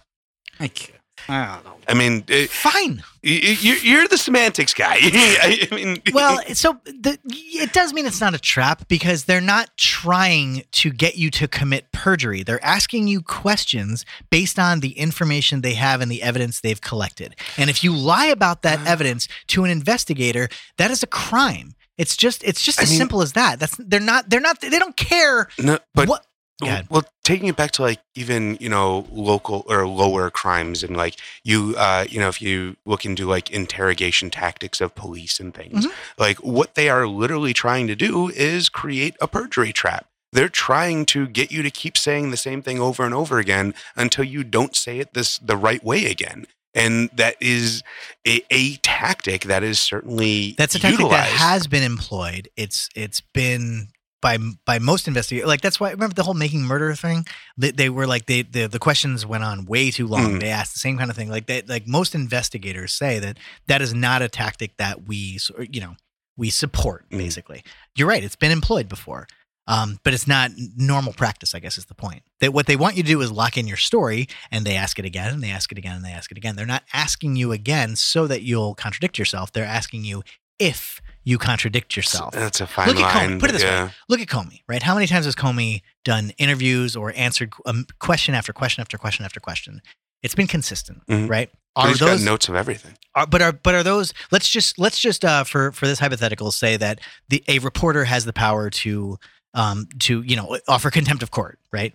Thank you. I don't know.
I mean, it,
fine.
you- you- you're the semantics guy. (laughs) I mean, (laughs)
Well, so the, it does mean it's not a trap because they're not trying to get you to commit perjury. They're asking you questions based on the information they have and the evidence they've collected. And if you lie about that
Uh-huh.
evidence to an investigator, that is a crime. It's just it's just
I
as
mean-
simple as that. That's they're not they're not they don't care
no, but
what Go
Well,
ahead.
well, taking it back to like even you know local or lower crimes and like you uh, you know if you look into like interrogation tactics of police and things,
Mhm.
like what they are literally trying to do is create a perjury trap. They're trying to get you to keep saying the same thing over and over again until you don't say it this the right way again. And that is a, a tactic that is certainly
That's a tactic
utilized.
that has been employed. It's it's been by by most investigators. Like that's why remember the whole making murder thing. They, they were like they the, the questions went on way too long.
Mm.
They asked the same kind of thing. Like they like most investigators say that that is not a tactic that we sor- you know we support.
Mm.
Basically, you're right. It's been employed before. Um, but it's not normal practice, I guess is the point. That what they want you to do is lock in your story and they ask it again and they ask it again and they ask it again. They're not asking you again so that you'll contradict yourself. They're asking you if you contradict yourself.
That's a fine
Look at Comey.
line.
Put it this way.
yeah.
Look at Comey, right? How many times has Comey done interviews or answered um, question after question after question after question? It's been consistent,
Mhm.
right?
But
Are
he's
those
got notes of everything.
are, but are but are those? Let's just let's just uh, for for this hypothetical say that the a reporter has the power to um to you know offer contempt of court, right?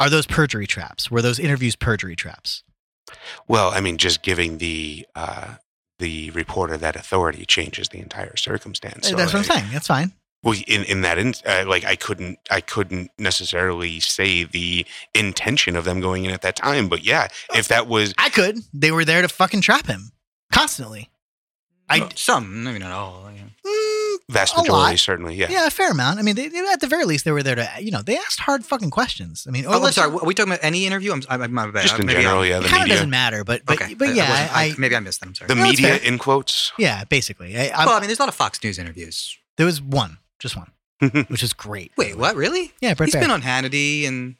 Are those perjury traps? Were those interviews perjury traps?
Well, I mean, just giving the uh, the reporter that authority changes the entire circumstance. So,
Uh, That's what I'm
like,
saying. That's fine.
Well, in in that, in, uh, like, I couldn't I couldn't necessarily say the intention of them going in at that time, but yeah,
Uh,
if that was
I could. They were there to fucking trap him constantly. I-
Well, some, maybe not all. you know.
Mm,
vast
A lot.
majority, certainly, yeah.
yeah. a fair amount. I mean, they, they, at the very least, they were there to you know they asked hard fucking questions. I mean, or
Oh, I'm
let's-
sorry. Are we talking about any interview? I'm, I'm my bad.
Just in
Maybe I-
general, yeah,
It
the
kind of
media,
doesn't matter, but but
Okay.
but
I- I
yeah,
wasn't-
I, I,
maybe I missed them. Sorry.
the
No, it's
media
fair.
in quotes.
yeah, basically, I, I,
well, I mean, there's a lot of Fox News interviews.
there was one, just
(laughs)
one, which is great.
Wait, what? Really?
Yeah, Brett
He's
Baer.
been on Hannity and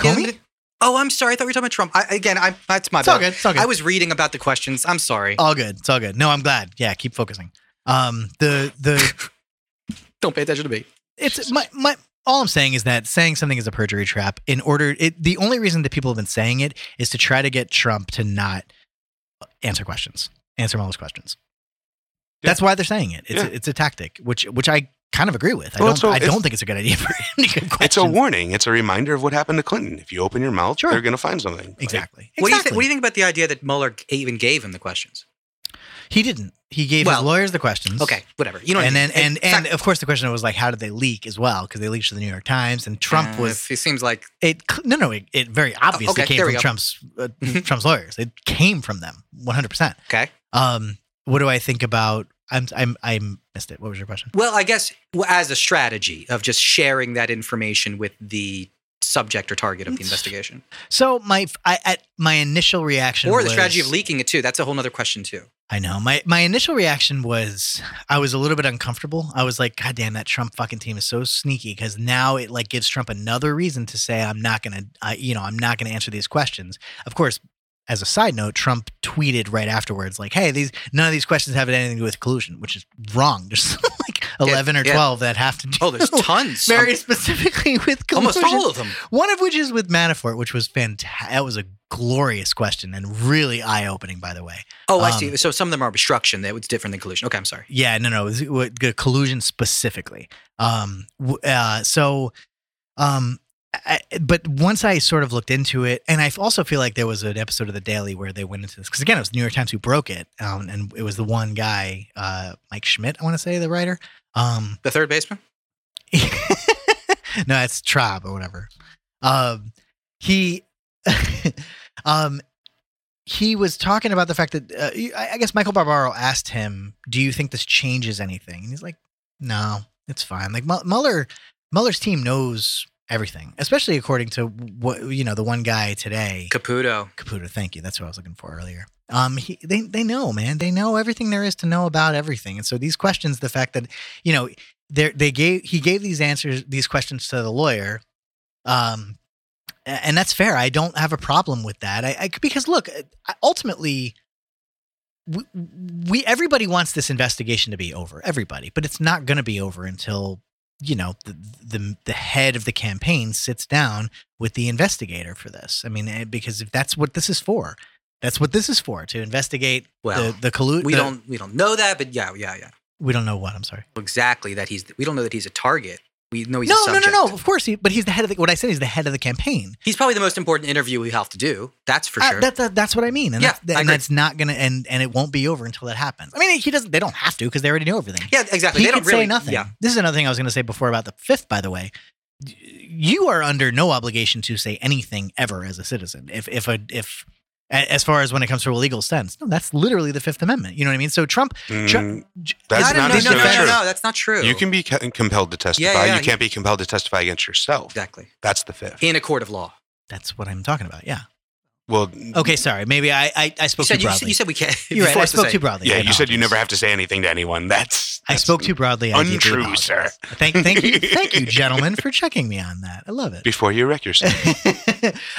Comey?
Oh, I'm sorry. I thought we were talking about Trump. I, again, I, that's my
It's all
bad.
good. It's all good. Oh,
I was reading about the questions. I'm sorry.
all good. It's all good. No, I'm glad. Yeah, keep focusing. Um, the the
Don't pay attention to me.
it's my my. All I'm saying is that saying something is a perjury trap. In order, it the only reason that people have been saying it is to try to get Trump to not answer questions, answer Mueller's questions.
Yeah.
That's why they're saying it. It's
Yeah.
it's a tactic, which which I kind of agree with. I
Well,
don't
it's a-
I don't
it's-
think it's a good idea for him to get questions.
It's a warning. It's a reminder of what happened to Clinton. If you open your mouth,
Sure.
they're going to find something. Like,
Exactly.
What do you
Exactly.
think? What do you think about the idea that Mueller g- even gave him the questions?
he didn't. He gave
Well,
his lawyers the questions.
Okay, whatever. You know.
and
what
then
I mean.
and
In fact,
and uh, of course the question was like how did they leak as well because they leaked to the New York Times and Trump
uh,
was
It seems like
it cl- no no it, it very obviously
Oh, okay,
came
there we
from
go. Mm-hmm.
Trump's
(laughs)
uh, Trump's lawyers it came from them 100 percent
okay.
um what do I think about I'm I'm I missed it what was your question
Well, I guess well, as a strategy of just sharing that information with the subject or target of the
It's-
investigation,
so my I at my initial reaction
or the
was-
strategy of leaking it too. That's a whole other question too.
I know. My my initial reaction was I was a little bit uncomfortable. I was like, God damn, that Trump fucking team is so sneaky because now it like gives Trump another reason to say I'm not gonna, I, you know, I'm not gonna answer these questions. Of course, as a side note, Trump tweeted right afterwards like, Hey, these none of these questions have anything to do with collusion, which is wrong. (laughs) There's like eleven or
yeah.
twelve that have to do (laughs)
Oh, there's tons.
very
Um,
specifically with collusion.
almost all of them.
One of which is with Manafort, which was fantastic. That was a glorious question and really eye opening, by the way.
Oh, I
Um,
see. So some of them are obstruction. That was different than collusion. Okay, I'm sorry.
Yeah, no, no, it was- it was- collusion specifically. Um, w- uh, so, um, I, but once I sort of looked into it, and I also feel like there was an episode of the Daily where they went into this because again, it was the New York Times who broke it, um, and it was the one guy, uh, Mike Schmidt, I want to say, the writer. Um,
The third baseman?
(laughs) no, that's Traub or whatever. Um, he, (laughs) um, he was talking about the fact that uh, I I guess Michael Barbaro asked him, "Do you think this changes anything?" And he's like, "No, it's fine." Like Mu- Mueller, Mueller's team knows everything, especially according to what you know. The one guy today,
Caputo.
Caputo. Thank you. That's what I was looking for earlier. Um, he, they they know, man. They know everything there is to know about everything. And so these questions, the fact that you know, they they gave he gave these answers, these questions to the lawyer, um, a- and that's fair. I don't have a problem with that. I, I because look, uh, I- ultimately. We, we everybody wants this investigation to be over everybody but it's not going to be over until you know the, the the head of the campaign sits down with the investigator for this. I mean, eh, because if that's what this is for, that's what this is for to investigate
Well,
the the collude.
We don't we don't know that, but yeah, yeah, yeah.
we don't know what. I'm sorry.
Exactly that he's we don't know that he's a target. We know he's
no,
a
no,
subject.
no, no. Of course, he, but he's the head of the. What I said, he's the head of the campaign.
He's probably the most important interview we have to do. That's for
Uh,
sure.
that, that- that's what I mean, and,
Yeah,
that's,
I
and
agree.
that's not gonna and and it won't be over until that happens. I mean, he doesn't. They don't have to because they already know everything.
yeah, exactly.
he
they don't
could
really
say nothing.
Yeah.
This is another thing I was going to say before about the fifth. By the way, Y- you are under no obligation to say anything ever as a citizen. If if a if a- as far as when it comes to a legal sense, no, that's literally the Fifth Amendment. You know what I mean? So Trump,
Mm,
J-
That's
no,
not
no, no, no,
necessarily
no, no,
true.
no, that's not true.
you can be c- compelled to testify.
Yeah, yeah,
you can't be compelled to testify against yourself.
exactly
That's the fifth.
in a court of law.
that's what I'm talking about. Yeah.
well,
Okay. Sorry. Maybe I I, I
You
spoke
said,
too
you,
broadly.
said- you said we can't.
You're right. I
forced to
spoke
say-
too broadly.
yeah,
I
you said you
apologize.
never have to say anything to anyone. That's,
I
that's-
spoke too broadly. I deeply
Untrue,
apologize.
sir.
Thank, thank
(laughs)
you, thank you, gentlemen, for checking me on that. I love it. (laughs)
before you wreck yourself.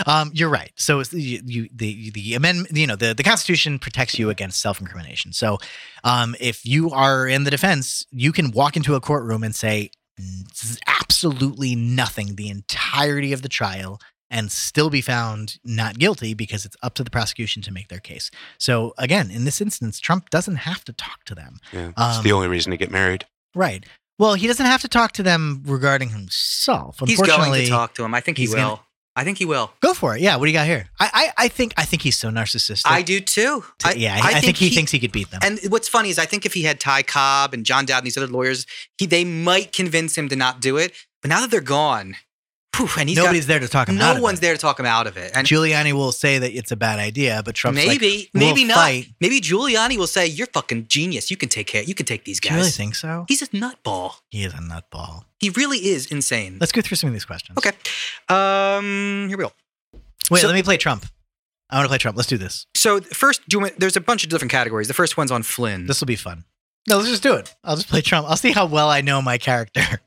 um, you're right. So it's, you, you, the the amendment, you know, the, the Constitution protects you against self incrimination. So um, if you are in the defense, you can walk into a courtroom and say "Mm, absolutely nothing the entirety of the trial and still be found not guilty because it's up to the prosecution to make their case. So again, in this instance, Trump doesn't have to talk to them.
Yeah, it's
Um,
the only reason to get married.
Right. Well, he doesn't have to talk to them regarding himself.
He's going
Unfortunately,
to talk to him. I think he
he's
will.
gonna-
I think he will.
Go for it. Yeah. What do you got here? I I, I think I think he's so narcissistic.
I do too. I,
yeah. I, I think, he, thinks he could beat them.
And what's funny is I think if he had Ty Cobb and John Dowd and these other lawyers, he they might convince him to not do it. But now that they're gone, whew, and he's
Nobody's there to talk
got,
him
no
out of
one's
it.
there to talk him out of it. And
Giuliani will say that it's a bad idea, but Trump's like,
maybe,
"We'll
maybe not.
fight."
Maybe Giuliani will say, "You're fucking genius. You can take care. You can take these
do you really
guys."
think so?
He's a nutball.
He is a nutball.
He really is insane.
Let's go through some of these questions.
Okay. Um, here we go.
Wait,
So-
let me play Trump. I want to play Trump. Let's do this.
So first, do you want, there's a bunch of different categories. The first one's on Flynn.
This will be fun. No, let's just do it. I'll just play Trump. I'll see how well I know my character.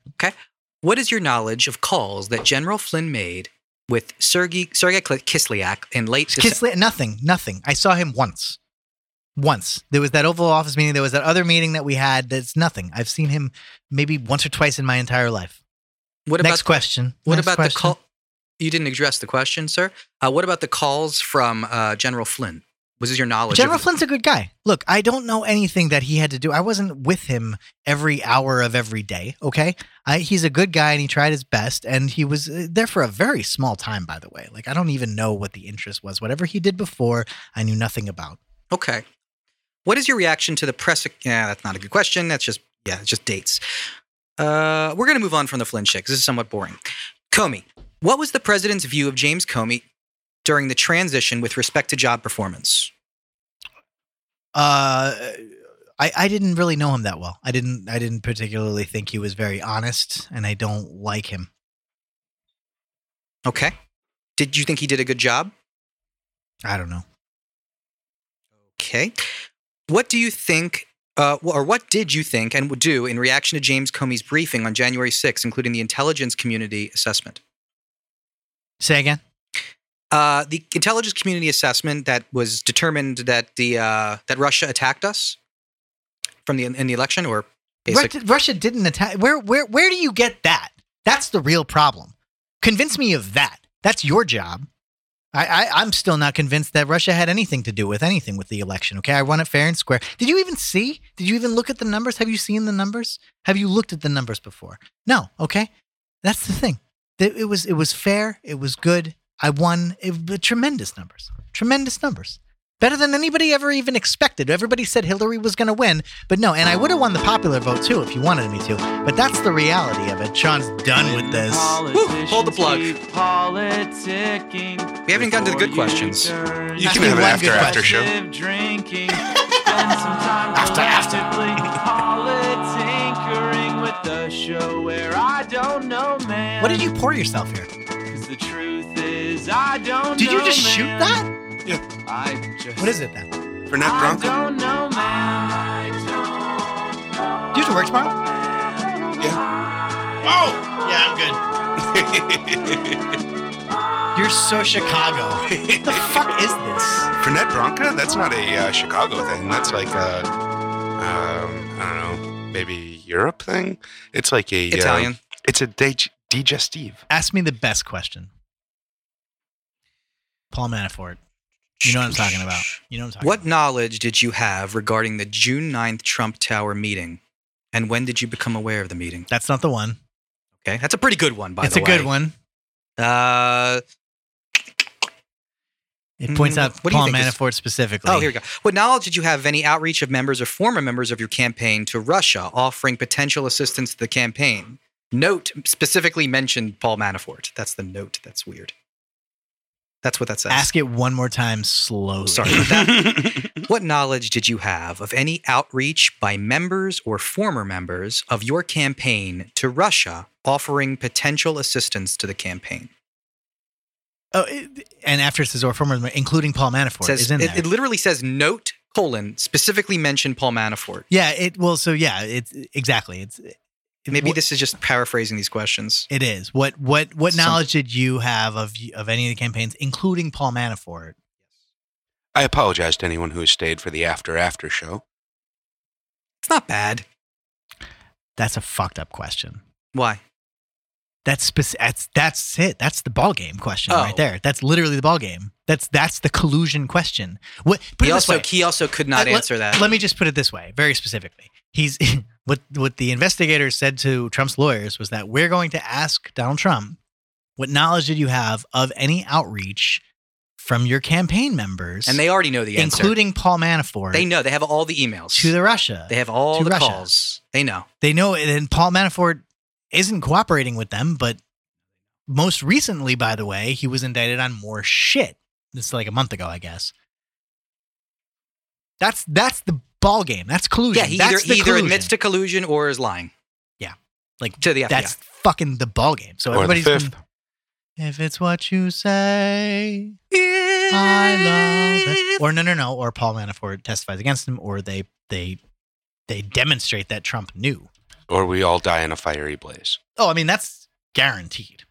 What is your knowledge of calls that General Flynn made with Sergei Sergei Kli- Kislyak in late December?
Kislyak, nothing, nothing. I saw him once. Once. There was that Oval Office meeting. There was that other meeting that we had. That's nothing. I've seen him maybe once or twice in my entire life.
What
Next
about
question.
what
Next
about
question.
the call? You didn't address the question, sir. Uh, what about the calls from uh, General Flynn? Was this your knowledge?
General
of,
Flynn's a good guy. Look, I don't know anything that he had to do. I wasn't with him every hour of every day. Okay, I, he's a good guy and he tried his best, and he was uh, there for a very small time, by the way. Like I don't even know what the interest was. Whatever he did before, I knew nothing about.
Okay. What is your reaction to the press? Yeah, that's not a good question. That's just yeah, it's just dates. Uh, we're gonna move on from the Flynn shit. 'cause This is somewhat boring. Comey, what was the president's view of James Comey during the transition with respect to job performance?
Uh, I I didn't really know him that well. I didn't I didn't particularly think he was very honest, and I don't like him.
Okay. Did you think he did a good job?
I don't know.
Okay. What do you think, uh, wh- or what did you think and would do in reaction to James Comey's briefing on January 6th, including the intelligence community assessment?
Say again.
Uh, the intelligence community assessment that was determined that the uh, that Russia attacked us from the in the election, or basic,
Russia, Russia didn't attack. Where where where do you get that? That's the real problem. Convince me of that. That's your job. I, I I'm still not convinced that Russia had anything to do with anything with the election. Okay, I won it fair and square. Did you even see? Did you even look at the numbers? Have you seen the numbers? Have you looked at the numbers before? No. Okay, that's the thing. Th- It was it was fair. It was good. I won. It, tremendous numbers. Tremendous numbers. Better than anybody ever even expected. Everybody said Hillary was going to win, but no. And I would have won the popular vote too if you wanted me to. But that's the reality of it. Sean's done with this.
hold the plug. We haven't even gotten to the good questions.
You
Ask
can
me
have an
one
after
good
after
question.
show.
after, after. Politinkering with the show where I don't know, man.
What did you pour yourself here?
'Cause The truth is, I don't
Did you
know,
just
man.
shoot that?
I just,
What is it then?
For not
I
drunk. (laughs)
don't know, man.
Do you have to work tomorrow?
Oh.
Yeah, I'm good. You're so (laughs) Chicago. what the fuck is this?
Fernet Branca? That's not a uh, Chicago thing. That's like a, um, I don't know, maybe Europe thing. It's like a uh,
Italian.
it's a dig- digestive.
Ask me the best question. Paul Manafort. You know what I'm talking about. You know what I'm talking
What
about.
knowledge did you have regarding the June 9th Trump Tower meeting? And when did you become aware of the meeting?
That's not the one.
Okay. That's a pretty good one, by
it's
the
a
way.
good one.
Uh,
It points
Mm,
out
what do you
Paul
think is-
Manafort specifically.
oh, here we go. What knowledge did you have of any outreach of members or former members of your campaign to Russia offering potential assistance to the campaign? Note specifically mentioned Paul Manafort. That's the note. That's weird. That's what that says.
Ask it one more time slowly.
Sorry. about that.
(laughs)
What knowledge did you have of any outreach by members or former members of your campaign to Russia offering potential assistance to the campaign?
Oh, it- and after it says or former, including Paul Manafort,
It, says,
is in
it,
there.
it literally says note colon specifically mention Paul Manafort.
yeah. It well. So yeah. It's exactly. It's it-
Maybe
what-
this is just paraphrasing these questions.
It is. What what what
Some-
knowledge did you have of y- of any of the campaigns, including Paul Manafort?
I apologize to anyone who has stayed for the after after show.
It's not bad.
That's a fucked up question.
Why?
That's speci- that's that's it. That's the ball game question
Oh.
right there. That's literally the ball game. That's that's the collusion question. What? Put
He
it this
also,
way.
he also could not
Uh, let-
answer that.
Let me just put it this way, very specifically. He's (laughs) what what the investigators said to Trump's lawyers was that we're going to ask Donald Trump, what knowledge did you have of any outreach from your campaign members,
and they already know the answer.
including Paul Manafort,
they know. They have all the emails.
to the Russia.
they have all
to
the
Russia.
calls. They know.
they know it, and Paul Manafort isn't cooperating with them, but most recently, by the way, he was indicted on more shit. This is like a month ago, I guess. That's that's the ball game. That's collusion.
Yeah, he
that's
either,
the
he either
collusion.
admits to collusion or is lying.
Yeah. Like,
to the FBI.
that's fucking the ball game. So
Or the
everybody's been-
fifth.
if it's what you say, I love it. Or no, no, no. Or Paul Manafort testifies against him, or they they they demonstrate that Trump knew.
Or we all die in a fiery blaze.
Oh, I mean that's guaranteed.